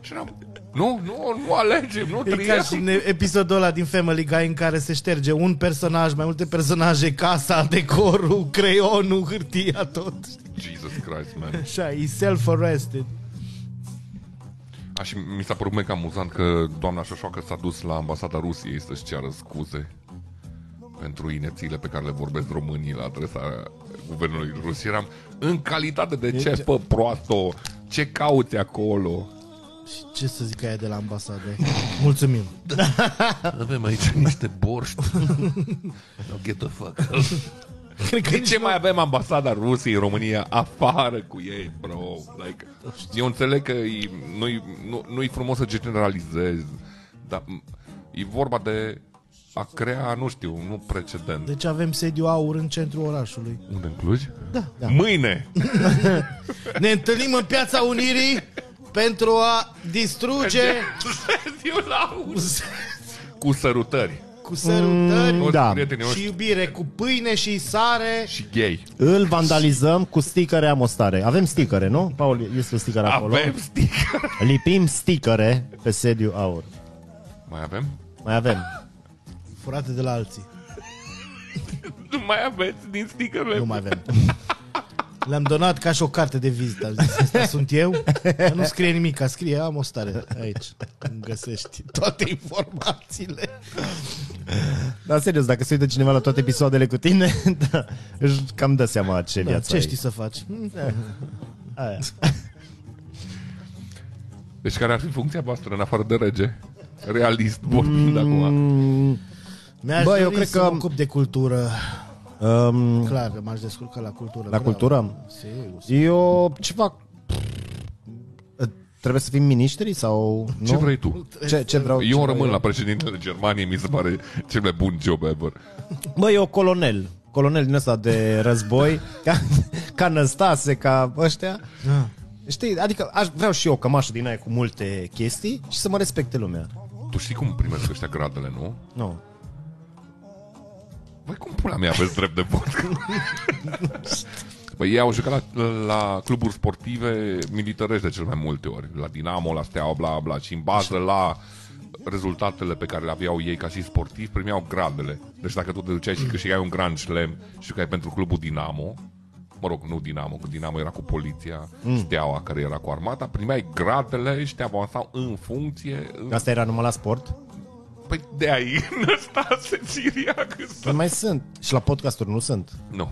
S3: Și eram, nu, nu, nu alegem, nu
S1: E ca și
S3: triem.
S1: în Păi episodul ăla din Family Guy în care se șterge un personaj, mai multe personaje, casa, decorul, creionul, hârtia, tot.
S3: Jesus Christ, man.
S1: Așa, e self-arrested.
S3: A, și mi s-a părut mega amuzant că doamna Șoșoacă s-a dus la ambasada Rusiei să-și ceară scuze pentru inețiile pe care le vorbesc românii la adresa guvernului rus. Eram în calitate de ce, pă, proasto, ce cauți acolo?
S1: Și ce să zic aia de la ambasadă? Mulțumim.
S3: Avem aici niște borști. no, get the fuck
S1: Cred că
S3: De ce mai avem ambasada Rusiei în România afară cu ei, bro? Like, eu înțeleg că e, nu-i, nu, nu-i frumos să generalizezi, dar m, e vorba de a crea, nu știu, un precedent.
S1: Deci avem sediu aur în centrul orașului.
S3: Unde, în Cluj? Da. da. Mâine!
S1: Ne întâlnim în Piața Unirii pentru a distruge
S3: Sediul aur. Cu sărutări.
S1: cu sărutări
S3: Toți
S2: Da.
S3: prietenii
S1: și
S3: noștri
S1: iubire, cu pâine și sare.
S3: și gay.
S2: Îl vandalizăm cu sticăre amostare. Avem sticăre, nu? Paul, este o sticăre acolo.
S3: Avem sticker.
S2: Lipim sticăre pe sediu aur.
S3: Mai avem?
S2: Mai avem.
S1: Furate de la alții.
S3: Nu mai aveți din stickerele.
S1: Nu mai avem. Le-am donat ca și o carte de vizită. Am zis, asta sunt eu. Dar nu scrie nimic, ca scrie, am o stare aici. Îmi găsești toate informațiile.
S2: Dar serios, dacă se uită cineva la toate episoadele cu tine, da, își cam dă seama ce
S1: Da,
S2: viață
S1: ce
S2: ai.
S1: știi să faci? Hm,
S2: Aia.
S3: Deci care ar fi funcția voastră în afară de rege? realist vorbind acum.
S2: Mm,
S1: Mi-aș
S2: Bă,
S1: Bă,
S2: eu
S1: eu
S2: cred
S1: să
S2: că-
S1: mă ocup de cultură.
S2: um,
S1: Clar, m-aș descurca la cultură.
S2: La cultură?
S1: Sigur.
S2: eu ceva... Trebuie să fim miniștri sau...
S3: Ce
S2: nu?
S3: vrei tu?
S2: Ce, ce vreau? ce
S3: Eu
S2: vreau
S3: rămân la președintele Germaniei, mi se pare cel mai bun job ever.
S2: Bă, eu colonel. Colonel din ăsta de război, ca, ca Năstase, ca ăștia.
S1: Da.
S2: Știi, adică aș, vreau și eu cămașă din aia cu multe chestii și să mă respecte lumea.
S3: Tu știi cum primesc ăștia gradele, nu?
S2: Nu.
S3: Voi cum pula mea aveți drept de vot? Păi ei au jucat la, la cluburi sportive militărești de cel mai multe ori. La Dinamo, la Steaua, bla bla. Și în bază la rezultatele pe care le aveau ei ca și sportivi, primeau gradele. Deci dacă tu te duceai și câștigai un Grand Slam și că ai pentru clubul Dinamo, mă rog, nu Dinamo, că Dinamo era cu poliția, mm. Steaua care era cu armata, primeai gradele și te avansau în funcție. În...
S2: Asta era numai la sport?
S3: Păi de aici Năstase Siriac ăsta.
S2: Nu mai sunt. Și la podcasturi nu sunt.
S3: Nu.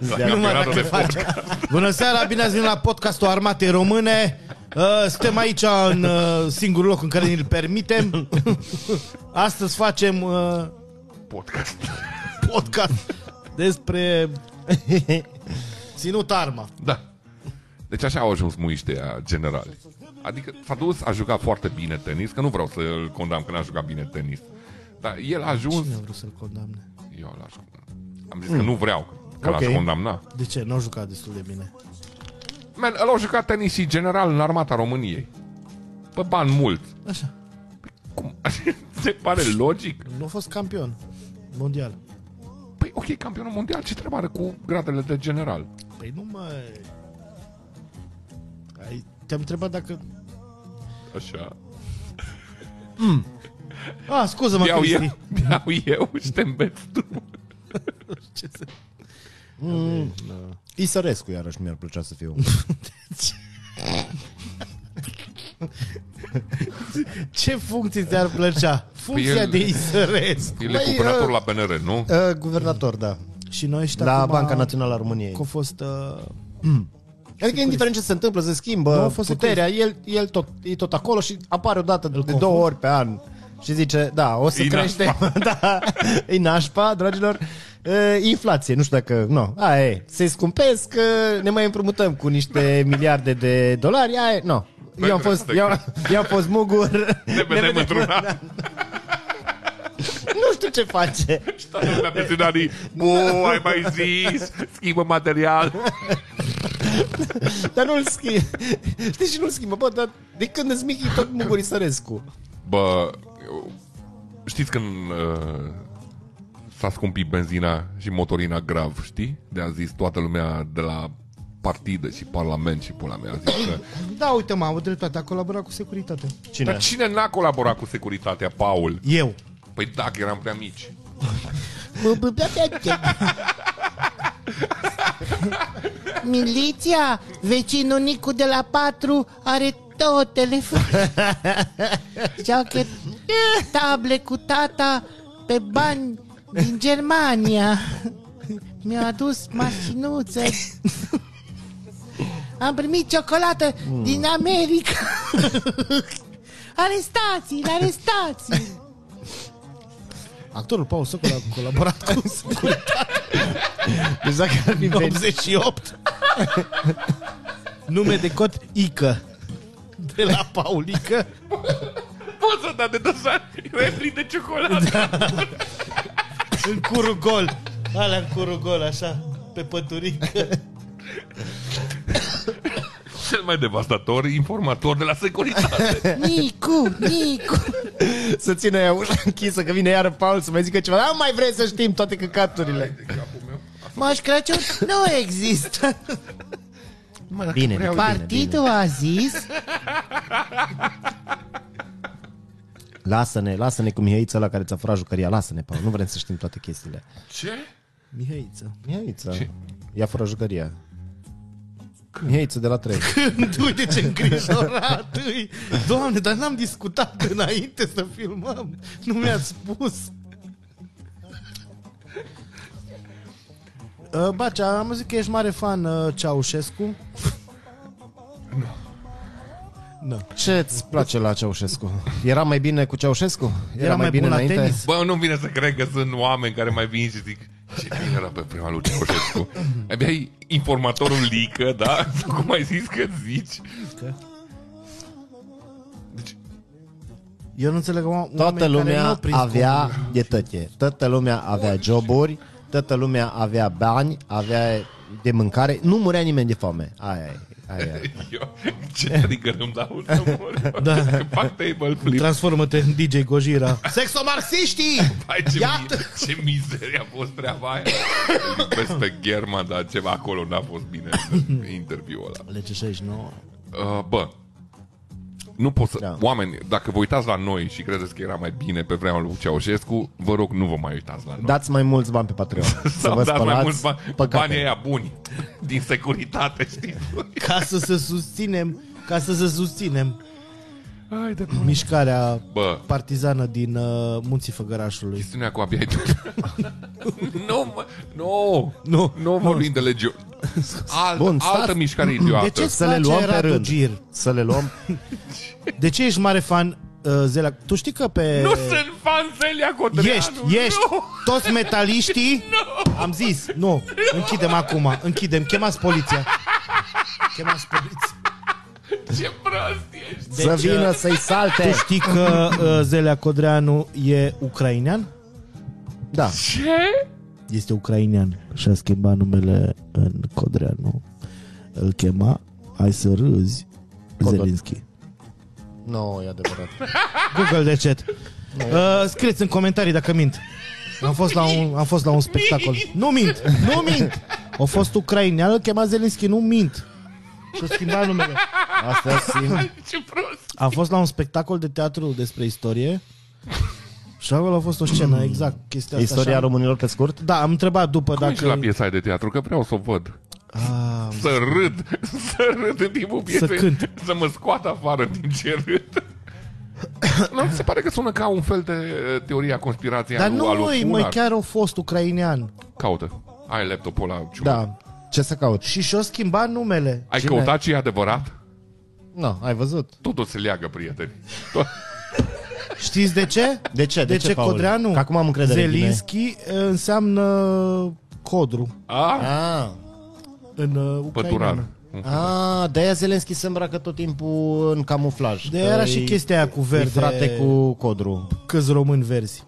S2: Numai
S3: Campionatul de podcast.
S1: Bună seara, bine ați venit la podcastul Armatei Române. Uh, Suntem aici în uh, singurul loc în care ne-l permitem. Astăzi facem uh,
S3: podcast.
S1: podcast despre ținut arma.
S3: Da. Deci așa au ajuns muiștea generali. Adică s-a dus, a jucat foarte bine tenis, că nu vreau să îl condamn că n-a jucat bine tenis. Dar el a ajuns...
S1: Cine a vrut să-l condamne?
S3: Eu l-aș Am zis mm. că nu vreau, că
S2: Hmm. Ok.
S3: l-aș condamna.
S1: De ce? N-au jucat destul de bine.
S3: Man, el a jucat tenis și general în armata României. Pe bani mult.
S1: Așa.
S3: Cum? Se pare logic?
S1: Nu a fost campion mondial.
S3: Păi ok, campionul mondial, ce treabă are cu gradele de general?
S1: Păi nu mă... Ai... Te-am întrebat dacă...
S3: Așa.
S1: Ah, scuză-mă,
S3: Iau
S1: Cristi.
S3: eu, iau eu și te îmbeți tu.
S1: Ce să...
S2: Isărescu iarăși mi-ar plăcea să fiu.
S1: Ce funcție ți-ar plăcea? Funcția
S3: Păi
S1: el...
S3: el-
S1: de Isărescu.
S3: El
S2: Băi,
S3: e guvernator
S2: uh,
S3: la BNR, nu?
S2: Uh, guvernator, da.
S1: Și noi și
S2: La
S1: acum
S2: Banca Națională a României.
S1: Că a fost... Uh...
S2: Adică indiferent ce se întâmplă, se
S1: Nu, a
S2: schimbă
S1: fost
S2: puterea, el, el tot, e tot acolo și apare odată de
S1: confund?
S2: două ori pe an și zice, da, o să
S3: E
S2: crește, da, e nașpa, dragilor, E, inflație, nu știu dacă, nu, aia e, se scumpesc, e, ne mai împrumutăm cu niște miliarde de dolari, aia e, nu,
S3: Băi,
S2: eu am fost,
S3: trebuie
S2: eu,
S3: să
S2: eu am fost mugur,
S3: Ne vedem într-un an.
S2: Da. nu știu ce face.
S3: Și toată lumea
S2: Da.
S3: pensionarii, bu, ai mai zis, schimbă material.
S2: Dar nu-l schimbă. Știi și nu-l schimbă. Bă, dar de când îți mic, e tot Muguri Sărescu.
S3: Bă, eu- știți când uh, s-a scumpit benzina și motorina grav, știi? De a zis toată lumea de la partidă și parlament și pula mea a zis că...
S1: Da, uite, mă, au dreptate. A colaborat cu securitatea.
S2: Cine?
S3: Dar cine n-a colaborat cu securitatea, Paul?
S1: Eu.
S3: Păi dacă eram prea mici.
S4: Miliția, vecinul Nicu de la 4 are două telefoane. Joachet, table cu tata pe bani din Germania. Mi-a adus mașinuță. Am primit ciocolată din America. Arestați-l, arestați-l.
S1: Actorul Paul Socol a colaborat cu securitatea
S2: Deci dacă ar fi
S1: în
S2: venit,
S1: 88. Nume de cod Ică. De la Paulică.
S3: Poți să da de dosar, eu plin de ciocolată. Da.
S1: în curul gol. Alea în curul gol, așa, pe păturică.
S3: Cel mai devastator, informator de la securitate.
S4: Nicu, Nicu.
S2: să țină ea ușa închisă, că vine iară Paul să mai zică ceva. Dar nu mai vrei să știm toate căcaturile.
S4: Moș Crăciun nu există.
S2: Păi Bine,
S3: vreau-
S4: Partidul a zis
S2: Lasă-ne, lasă-ne cu Mihăița la care ți-a furat jucăria. Lasă-ne, Paul, nu vrem să știm toate chestiile.
S3: Ce?
S1: Mihaiță.
S2: Mihăița,
S3: Ce?
S2: ia furat jucăria. Mihăiță de la 3.
S1: Uh, Uite ce îngrijorat îi. Doamne, dar n-am discutat înainte să filmăm. Nu mi-ați spus. Uh, Bacea, am zis că ești mare fan uh, Ceaușescu. Nu. Da.
S2: Ce-ți place la Ceaușescu? Era mai bine cu Ceaușescu? Era,
S1: Era mai bun la tenis?
S3: Bă, nu vine să cred că sunt oameni care mai vin și zic ce bine era pe prima lui Ceaușescu. Abia e informatorul Lică, da? Cum ai zis că zici? Deci,
S1: Eu nu înțeleg oameni
S2: Toată
S1: care nu au
S2: lumea
S1: prins
S2: avea de tătie. Toată lumea avea joburi, toată lumea avea bani, avea de mâncare. Nu murea nimeni de foame. Aia e. Aia e.
S3: eu, ce trigger îmi dau să mor. Da. Fac table
S1: cum.
S3: flip.
S1: Transformă-te în DJ Gojira. Sexomarxiștii!
S3: Hai, ce,
S1: Iată!
S3: mi- ce mizerie a fost treaba aia. Îl iubesc pe Germa, dar ceva acolo n-a fost bine în interviul ăla.
S1: Lege 69.
S3: Uh, bă, nu pot să... Da.
S2: Da.
S3: Oameni, dacă vă uitați la noi și credeți că era mai bine pe vremea lui Ceaușescu, vă rog, nu vă mai uitați la noi.
S2: Dați mai mulți bani pe Patreon. Să
S3: Sau
S2: vă
S3: dați mai
S2: spălați
S3: mulți bani,
S2: păcate.
S3: banii aia buni, din securitate, știi?
S1: Ca să se susținem, ca să se susținem
S3: Hai de
S1: mișcarea
S3: Bă.
S1: partizană din uh, Munții Făgărașului.
S3: Chestiunea cu abia Nu, mă, nu,
S1: Nu,
S3: nu vorbim de legion. Alt,
S2: Bun,
S3: altă
S2: stați.
S3: mișcare idiotă.
S1: De ce
S2: Să le
S1: Îți
S2: luăm
S1: place
S2: pe
S1: Radu
S2: rând.
S1: Gir.
S2: Să le luăm.
S1: De ce ești mare fan uh, Zelea? Tu știi că pe...
S3: Nu sunt fan Celia Codreanu.
S1: Ești, ești,
S3: Nu.
S1: toți metaliștii Am zis, nu, închidem acum Închidem, chemați poliția Chemați poliția
S3: Ce prost ești.
S2: Să
S1: Deci,
S2: vină să-i salte.
S1: Tu știi că uh, Zelea Codreanu e ucrainean?
S2: Da.
S3: Ce?
S1: Este ucrainean și a schimbat numele în Codreanu Îl chema, hai să râzi
S2: Codor.
S1: Zelinski
S2: Nu, e adevărat.
S1: Google de chat uh, Scrieți în comentarii dacă mint am fost, la un, am fost la un spectacol. Nu mint! Nu mint! A fost ucrainean, îl chema Zelinski, nu mint! Și-o schimba numele.
S2: Asta simt.
S3: Ce prost.
S1: Am fost la un spectacol de teatru despre istorie și acolo a fost o scenă, exact, chestia asta.
S2: Mm. Istoria
S1: așa.
S2: românilor pe scurt?
S1: Da, am întrebat după
S3: Dacă...
S1: dacă...
S3: la piesa aia de teatru, că vreau să o văd.
S1: Ah,
S3: Să râd, să râd în timpul piesei.
S1: cânt.
S3: Să mă scoată afară din ce râd. Nu, mi se pare că sună ca un fel de uh, teoria conspirației
S1: dar
S3: a lui,
S1: nu,
S3: a lui
S1: măi, măi,
S3: Funar.
S1: chiar a fost ucrainean.
S3: Caută. Ai laptopul ăla. ciumat.
S2: Da. Ce să caut?
S1: Și și-o schimba numele.
S3: Ai
S2: Cine-
S3: căutat ce e adevărat?
S2: Nu, ai văzut.
S3: Totul se leagă, prieteni.
S1: Știți de ce?
S2: De ce?
S1: De ce,
S2: Paul?
S1: Codreanu?
S2: Că acum am încredere în tine.
S1: Zelinski eh, înseamnă codru
S3: A,
S2: Ah,
S1: în uh, ucraineană.
S3: păturan.
S2: ah, de-aia Zelenski se îmbracă tot timpul în camuflaj.
S1: De era
S2: Că
S1: și
S2: e-
S1: chestia aia cu
S2: Păi e
S1: verde,
S2: frate cu codru.
S1: câți români verzi.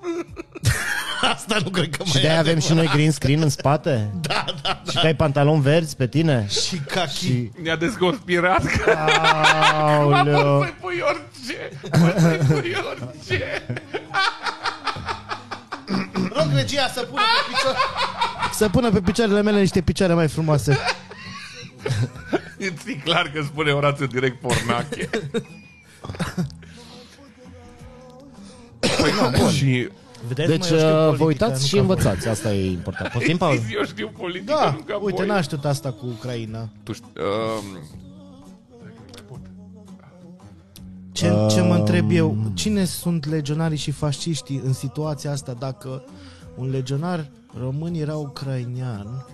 S1: Asta nu cred că
S2: Și de-aia avem și noi green screen în spate? Da, da, da. Și că ai pantaloni verzi pe tine?
S1: Și cachi.
S3: Ne-a dezconspirat că
S2: Aoleu.
S3: poți să pui orice. Poți să pui orice.
S1: Rog regia să pună pe picioare... Să pună pe picioarele mele niște picioare mai frumoase.
S3: Îți e clar că spune Orațiu direct pornache. Păi, bun. Și
S1: Vedeți,
S2: Deci
S1: eh,
S2: uh, vă uitați și învățați, asta e important. Poftim, Paul?
S3: eu știu politică,
S1: Da,
S3: nu ca
S1: uite,
S3: voi.
S1: n-a știut asta cu Ucraina.
S3: Tu știi, um,
S1: Ce, ce mă întreb eu?
S2: Ah.
S1: Cine sunt legionarii și fasciștii în situația asta dacă un legionar român era ucrainean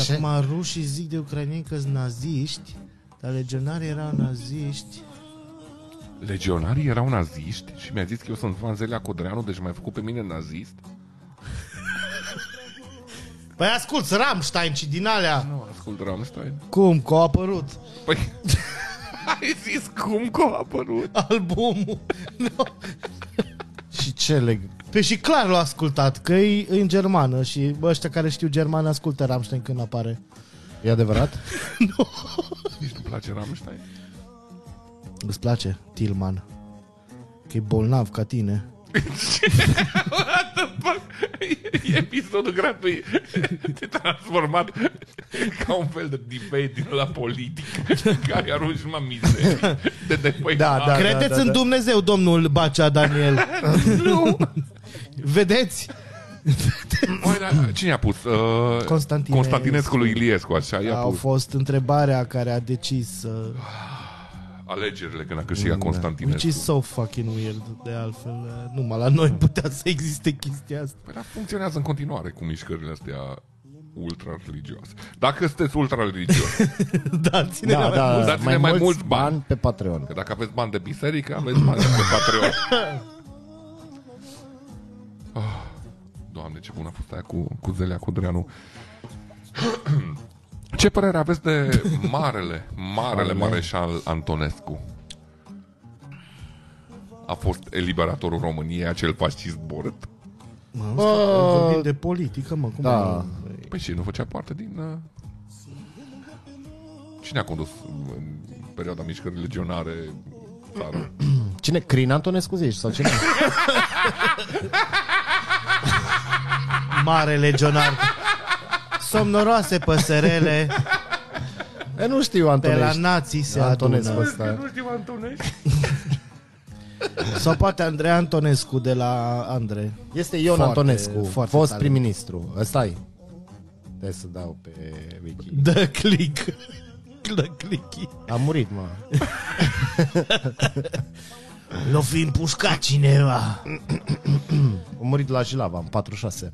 S1: și acum rușii zic de ucrainieni că sunt naziști, dar legionarii erau naziști.
S3: legionarii erau naziști și mi-a zis că eu sunt Vanzelia Codreanu, deci m-ai făcut pe mine nazist.
S1: Păi ascult, Rammstein și din alea.
S3: Nu, ascult Rammstein.
S1: Cum? Că au apărut
S3: Păi, ai zis cum că a apărut?
S1: albumul. No.
S2: Și ce leg...
S1: Pe și clar l-a ascultat, că e e în germană și bă, ăștia care știu germană ascultă Rammstein când apare.
S2: E adevărat?
S3: Nici nu place Rammstein.
S1: Îți place Tilman? Că e bolnav ca tine.
S2: Da,
S3: E episodul gratuit. Te transformat ca un fel de debate din la politic în care arunci numai mizerii de defăimat.
S2: Da, da.
S1: Credeți în Dumnezeu, domnul Bacea Daniel.
S3: Nu.
S1: Vedeți?
S3: Mai, da, cine a pus? Uh,
S1: Constantinescu.
S3: Constantinescu lui Iliescu, așa i-a
S1: Au
S3: pus
S1: fost întrebarea care a decis uh,
S3: alegerile când a câștigat
S1: Da.
S3: Constantinescu.
S1: Which is so fucking weird De altfel, uh, numai la noi putea să existe chestia asta
S3: Păi, dar funcționează în continuare cu mișcările astea ultra religios. Dacă sunteți ultra religios,
S1: Da, ține
S2: Da, da, da.
S3: Dați-ne mai mulți bani.
S2: pe Patreon.
S3: că dacă aveți bani de biserică, aveți bani de Patreon. Ah, Doamne, ce bun a fost aia cu, cu Zelea Codreanu. Ce părere aveți de marele, marele mareșal Antonescu? A fost eliberatorul României, acel fascist borât.
S1: Mă, asta, vorbim de politică, mă, cum
S2: Oh. da.
S1: da.
S3: Păi și nu făcea parte din... uh, Cine a condus uh, în perioada mișcării legionare țara?
S2: Cine? Crin Antonescu zici? Sau cine?
S1: Mare legionar. Somnoroase păsărele
S2: e, nu știu
S1: pe la
S2: Antonescu.
S1: nații se
S2: Antonescu
S1: adună.
S2: ăsta.
S3: Nu știu, Antonescu.
S1: Sau poate Andrei Antonescu de la Andre.
S2: Este Ion
S1: Foarte-
S2: Antonescu,
S1: foarte
S2: fost
S1: tare.
S2: prim-ministru. Ăsta e. Trebuie să dau pe wiki.
S1: Dă click. Dă click.
S2: A murit, mă.
S1: L-o fi împușcat cineva.
S2: A murit la Jilava, în 46.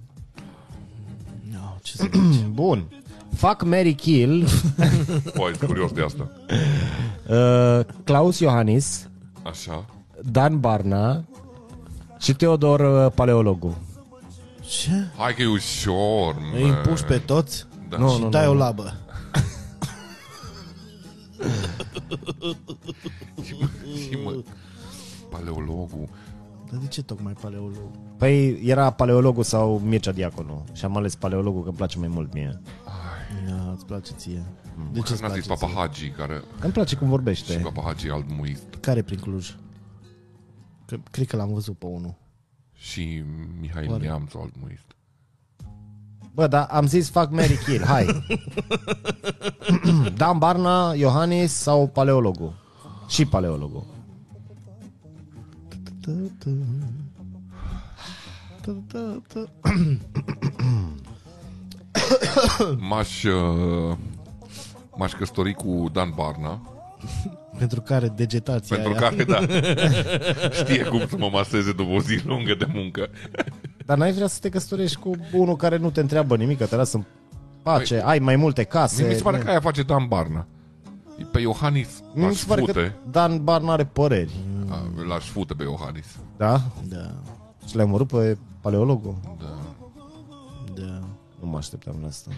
S1: No, ce să
S2: Bun. Fac Mary Kill,
S3: Păi, curios de asta.
S2: uh, Claus Iohannis,
S3: Așa.
S2: Dan Barna și Teodor uh, Paleologu.
S1: Ce?
S3: Hai că e ușor, mă.
S1: Îi împuși pe toți
S3: Da.
S1: și
S2: nu,
S1: dai
S2: nu,
S1: o
S2: nu.
S1: labă.
S3: Și, mă, și mă, paleologul.
S1: Dar de ce tocmai paleolog?
S2: Păi era paleologul sau Mircea Diaconu și am ales paleologul că îmi place mai mult mie.
S1: Ia, Da, îți place ție.
S2: Mm.
S1: De ce
S3: Ce
S1: îți
S3: n-a
S1: place
S3: zis
S1: ție?
S3: Papa Hagi, care...
S2: Îmi place cum
S3: Și
S2: vorbește.
S3: Papa Hagi e altmuist.
S1: Care prin Cluj? Că, cred că l-am văzut pe unul.
S3: Și Mihai Oare. Neamț altmuist.
S2: Bă, dar am zis fac Mary Kill, hai. Dan Barna, Iohannis sau paleologul? Și paleologul.
S1: Ta-ta. Ta-ta-ta.
S3: M-aș... Uh, m-aș căsători cu Dan Barna,
S1: Pentru care degetația
S3: pentru
S1: aia.
S3: care, da, știe cum să mă maseze după o zi lungă de muncă.
S2: Dar n-ai vrea să te căsătorești cu unul care nu te întreabă nimic, că te lasă în pace, ai mai multe case.
S3: Mie Păi- mi se pare că aia face Dan Barna. Pe Iohannis
S2: Mi
S3: l-aș
S2: se pare că
S3: fute,
S2: Dan Barna are păreri,
S3: că... l-aș fute pe Iohannis.
S2: da?
S1: Da,
S2: Și le-a omorât pe paleologul.
S3: Da.
S1: da.
S2: Nu mă așteptam la asta.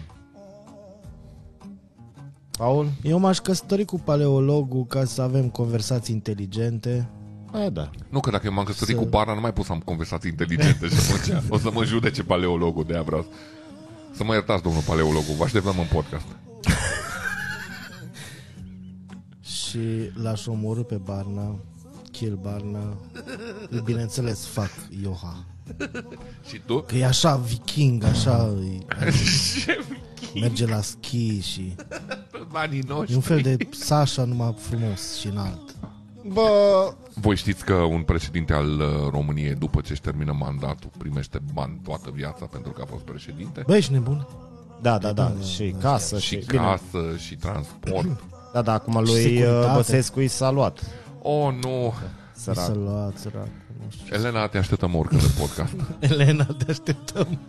S2: Paul?
S1: Eu m-aș căsători cu paleologul ca să avem conversații inteligente.
S2: Aia da.
S3: Nu, că dacă m-am căsătorit
S1: Să-
S3: cu Barna, nu mai pot să am conversații inteligente și atunci o să mă judece paleologul, de aia vreau să- să mă iertați, domnul paleologul, vă așteptăm în podcast.
S1: Și l-aș omorâ pe Barna, kill Barna. Îl, Bineînțeles, fac Ioha.
S3: Și tu?
S1: Că e așa viking, așa îi- merge la schi și
S3: Banii
S1: e
S3: noștri.
S1: un fel de Sasha numai frumos și înalt.
S2: Bă,
S3: Voi știți că un președinte al uh, României, după ce își termină mandatul, primește bani toată viața pentru că a fost președinte?
S1: Băi, ești nebun?
S2: Da, da, da, și casă
S3: Și
S2: și,
S3: casă, și transport.
S2: Da, da, acum
S1: Și
S2: lui
S1: securitate.
S2: uh, Băsescu i s-a luat
S3: Oh, nu!
S1: Să
S2: Sărac
S1: luat, sărac, nu știu.
S3: Elena, te așteptăm oricând în podcast.
S1: Elena, te așteptăm.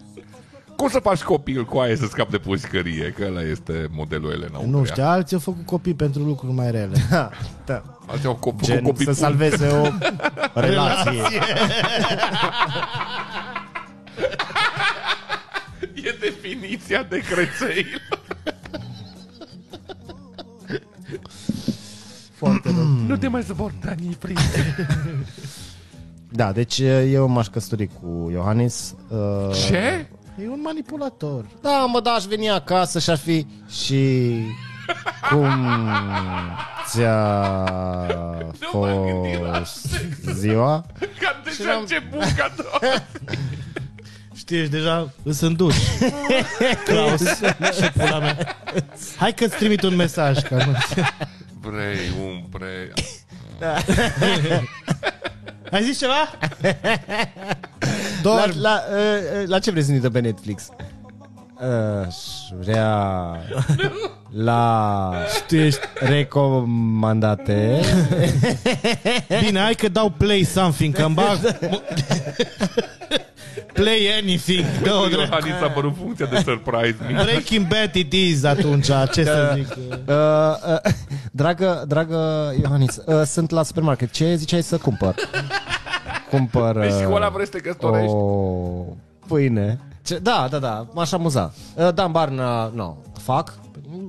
S3: Cum să faci copil cu aia să scapi de pușcărie? Că ăla este modelul Elena
S1: Nu
S3: Umbrea.
S1: știu, alții au făcut copii pentru lucruri mai rele.
S2: da, da.
S3: Alții au copii,
S2: Gen,
S3: copii
S2: să salveze o relație
S3: E definiția de creței.
S2: Foarte rău.
S3: nu te mai suporta nici prin.
S2: Da, deci uh, eu m-aș căsători cu Iohannis uh,
S3: Ce?
S1: E un manipulator.
S2: Da, mă, da, aș veni acasă și ar fi Și cum ți-a fost ziua?
S3: Ca deja început ca
S1: Știi, ești deja îs în duș. Claus, ce pula mea. Hai că-ți trimit un mesaj. Ca nu.
S3: Brei, un brei.
S1: Ai zis ceva?
S2: La,
S1: Doar
S2: la, uh, uh, la ce vrei să ne uităm pe Netflix? Aș vrea la
S1: tu ești...
S2: recomandate
S1: Bine, hai că dau play something, că îmi bag... Play anything, dă-o drept.
S3: Iohannis a apărut funcția de surprise me.
S1: Breaking Bad it is atunci, ce să zic.
S2: Uh, uh, dragă, dragă Ioanis, uh, sunt la supermarket. Ce ziceai să cumpăr? Cumpăr... Uh,
S3: Deci cu ăla vrei să te căsătorești?
S2: O pâine. Ce? Da, da, da, m-aș amuza. Uh, Dan Barna, nu, no, fac.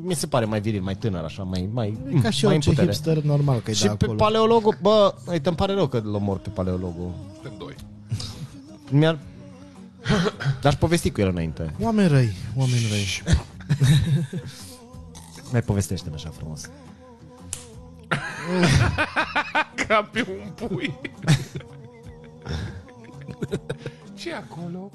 S2: Mi se pare mai viril, mai tânăr, așa, mai, mai,
S1: Ca și
S2: mai în
S1: orice
S2: putere.
S1: hipster normal că e
S2: Și
S1: de
S2: pe
S1: acolo.
S2: paleologul, bă, uite, îmi pare rău că l omor pe paleologul.
S3: Suntem doi.
S2: Mi-ar... Dar aș povesti cu el înainte.
S1: Oameni răi, oameni răi.
S2: Mai povestește-mi așa frumos.
S3: Ca pe un pui. ce acolo?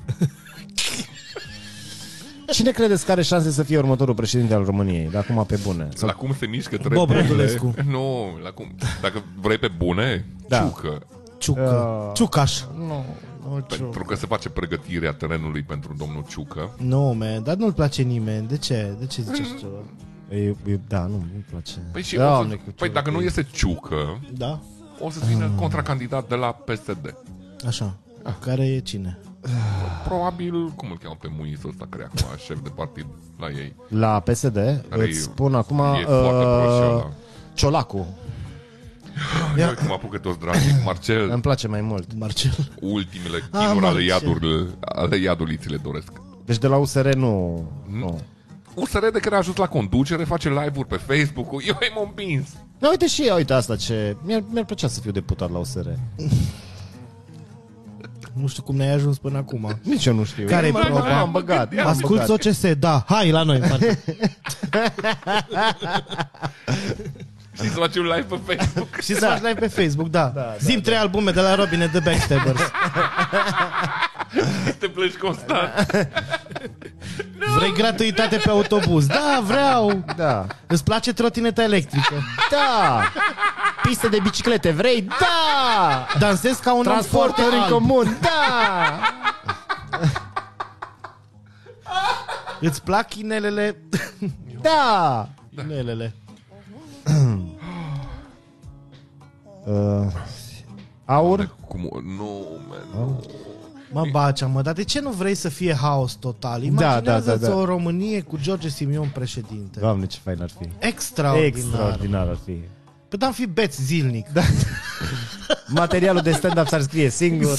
S2: Cine credeți că are șanse să fie următorul președinte al României? De acum pe bune.
S3: La cum se mișcă
S1: Bob
S3: treburile?
S1: Rădulescu.
S3: Nu, la cum. Dacă vrei pe bune,
S2: Da.
S3: ciucă.
S1: Ciucă.
S2: Uh,
S1: Ciucaș.
S2: Nu. Păi,
S3: Pentru că se face pregătirea terenului pentru domnul Ciucă.
S1: Nu, man, dar nu-l place nimeni. De ce? De ce zici așa ceva?
S2: E, e, da, nu, nu-mi place.
S3: Păi, și
S2: da,
S3: o să, păi dacă nu iese Ciucă,
S1: Da?
S3: o să vină contracandidat de la PSD.
S1: Așa. Care e cine?
S3: Probabil, cum îl cheamă pe muisul ăsta care e acum șef de partid la ei?
S2: La PSD,
S3: Care
S2: îți
S3: e-
S2: spun acum...
S3: e foarte prost și
S2: Uh,
S3: ăla.
S2: Ciolacu.
S3: Ia cum apucă toți dragi. Marcel,
S2: Îmi place mai mult.
S1: Marcel.
S3: ultimele
S1: Ah,
S3: chinuri ale,
S1: Marcel.
S3: iadul, ale iadului ți le doresc.
S2: Deci de la USR nu...
S3: Hmm?
S2: nu.
S3: USR de care a ajuns la conducere, face live-uri pe Facebook-ul. Eu am împins.
S2: Da, uite și eu, uite asta ce... Mi-ar, mi-ar plăcea să fiu deputat la USR.
S1: Nu știu cum ne-ai ajuns până acum.
S2: Nici eu nu știu.
S1: Care-i
S2: M-am-
S1: problema?
S2: M-am băgat. m-am
S1: Ascult
S2: băgat.
S1: OCS, da, hai la noi. Marcel.
S3: Și să facem live pe Facebook.
S1: Și să faci live pe Facebook, da. Zim trei albume de la Robin and the Backstabbers.
S3: Te plângi constant.
S1: Vrei gratuitate pe autobuz? Da, vreau.
S2: Da.
S1: Îți place trotineta electrică?
S2: Da! Piste de biciclete, vrei? Da!
S1: Dansez ca un om
S2: Transporturi
S1: foarte
S2: în
S1: alb.
S2: comun, da!
S1: Îți plac inelele?
S2: Da!
S1: Inelele.
S2: Uh, aur?
S3: Cum? Nu, man, nu.
S1: Mă bacea, mă, dar de ce nu vrei să fie haos total? Imaginează-ți
S2: da, da, da.
S1: o Românie cu George Simion președinte. Da.
S2: Doamne, ce fain ar fi.
S1: Extraordinar. Extraordinar.
S2: Extraordinar ar fi.
S1: Păi da, am fi beți zilnic. Da.
S2: Materialul de stand-up s-ar scrie singur.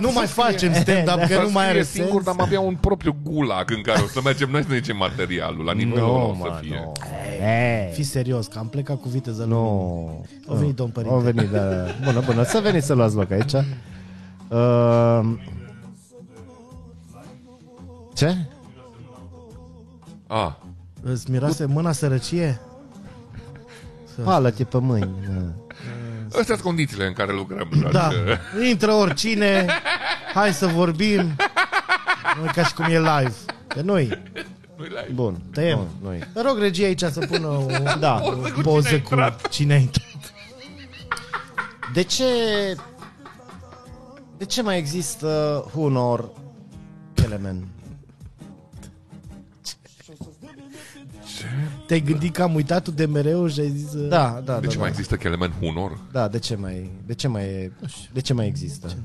S1: nu mai facem stand-up, că
S3: S-ar
S1: nu mai
S3: scrie
S1: are Da.
S3: singur,
S1: singur,
S3: dar am avea un propriu gulag în care o să mergem noi să ne zicem materialul, la nivelul ăla
S2: Nu,
S3: o să
S2: mă,
S3: fie.
S2: nu.
S1: Fii serios, că am plecat cu viteză
S2: Nu.
S1: no. Au venit domn părinte.
S2: Au venit, da. da. Bună, bună. Să veniți să luați loc aici. Uh, ce?
S3: A,
S1: Îți miroase mâna sărăcie?
S2: Pală-te pe mâini. da.
S3: astea sunt condițiile în care lucrăm. dragi.
S1: Da. Intră oricine, hai să vorbim. Nu e ca și cum e live. Că noi
S3: Nu-i live.
S2: Bun.
S1: tăiem.
S2: Nu, Noi.
S1: Rog regia aici să pună o,
S2: Da.
S1: o poză cu cine a intrat.
S2: De ce... De ce mai există Hunor Telemen?
S1: Te-ai gândit că am uitat tu de mereu și ai zis... uh,
S2: Da, da,
S3: Deci
S2: da,
S3: mai
S2: da.
S3: există element hunor?
S2: Da, de ce mai, de ce mai, e, de ce mai există?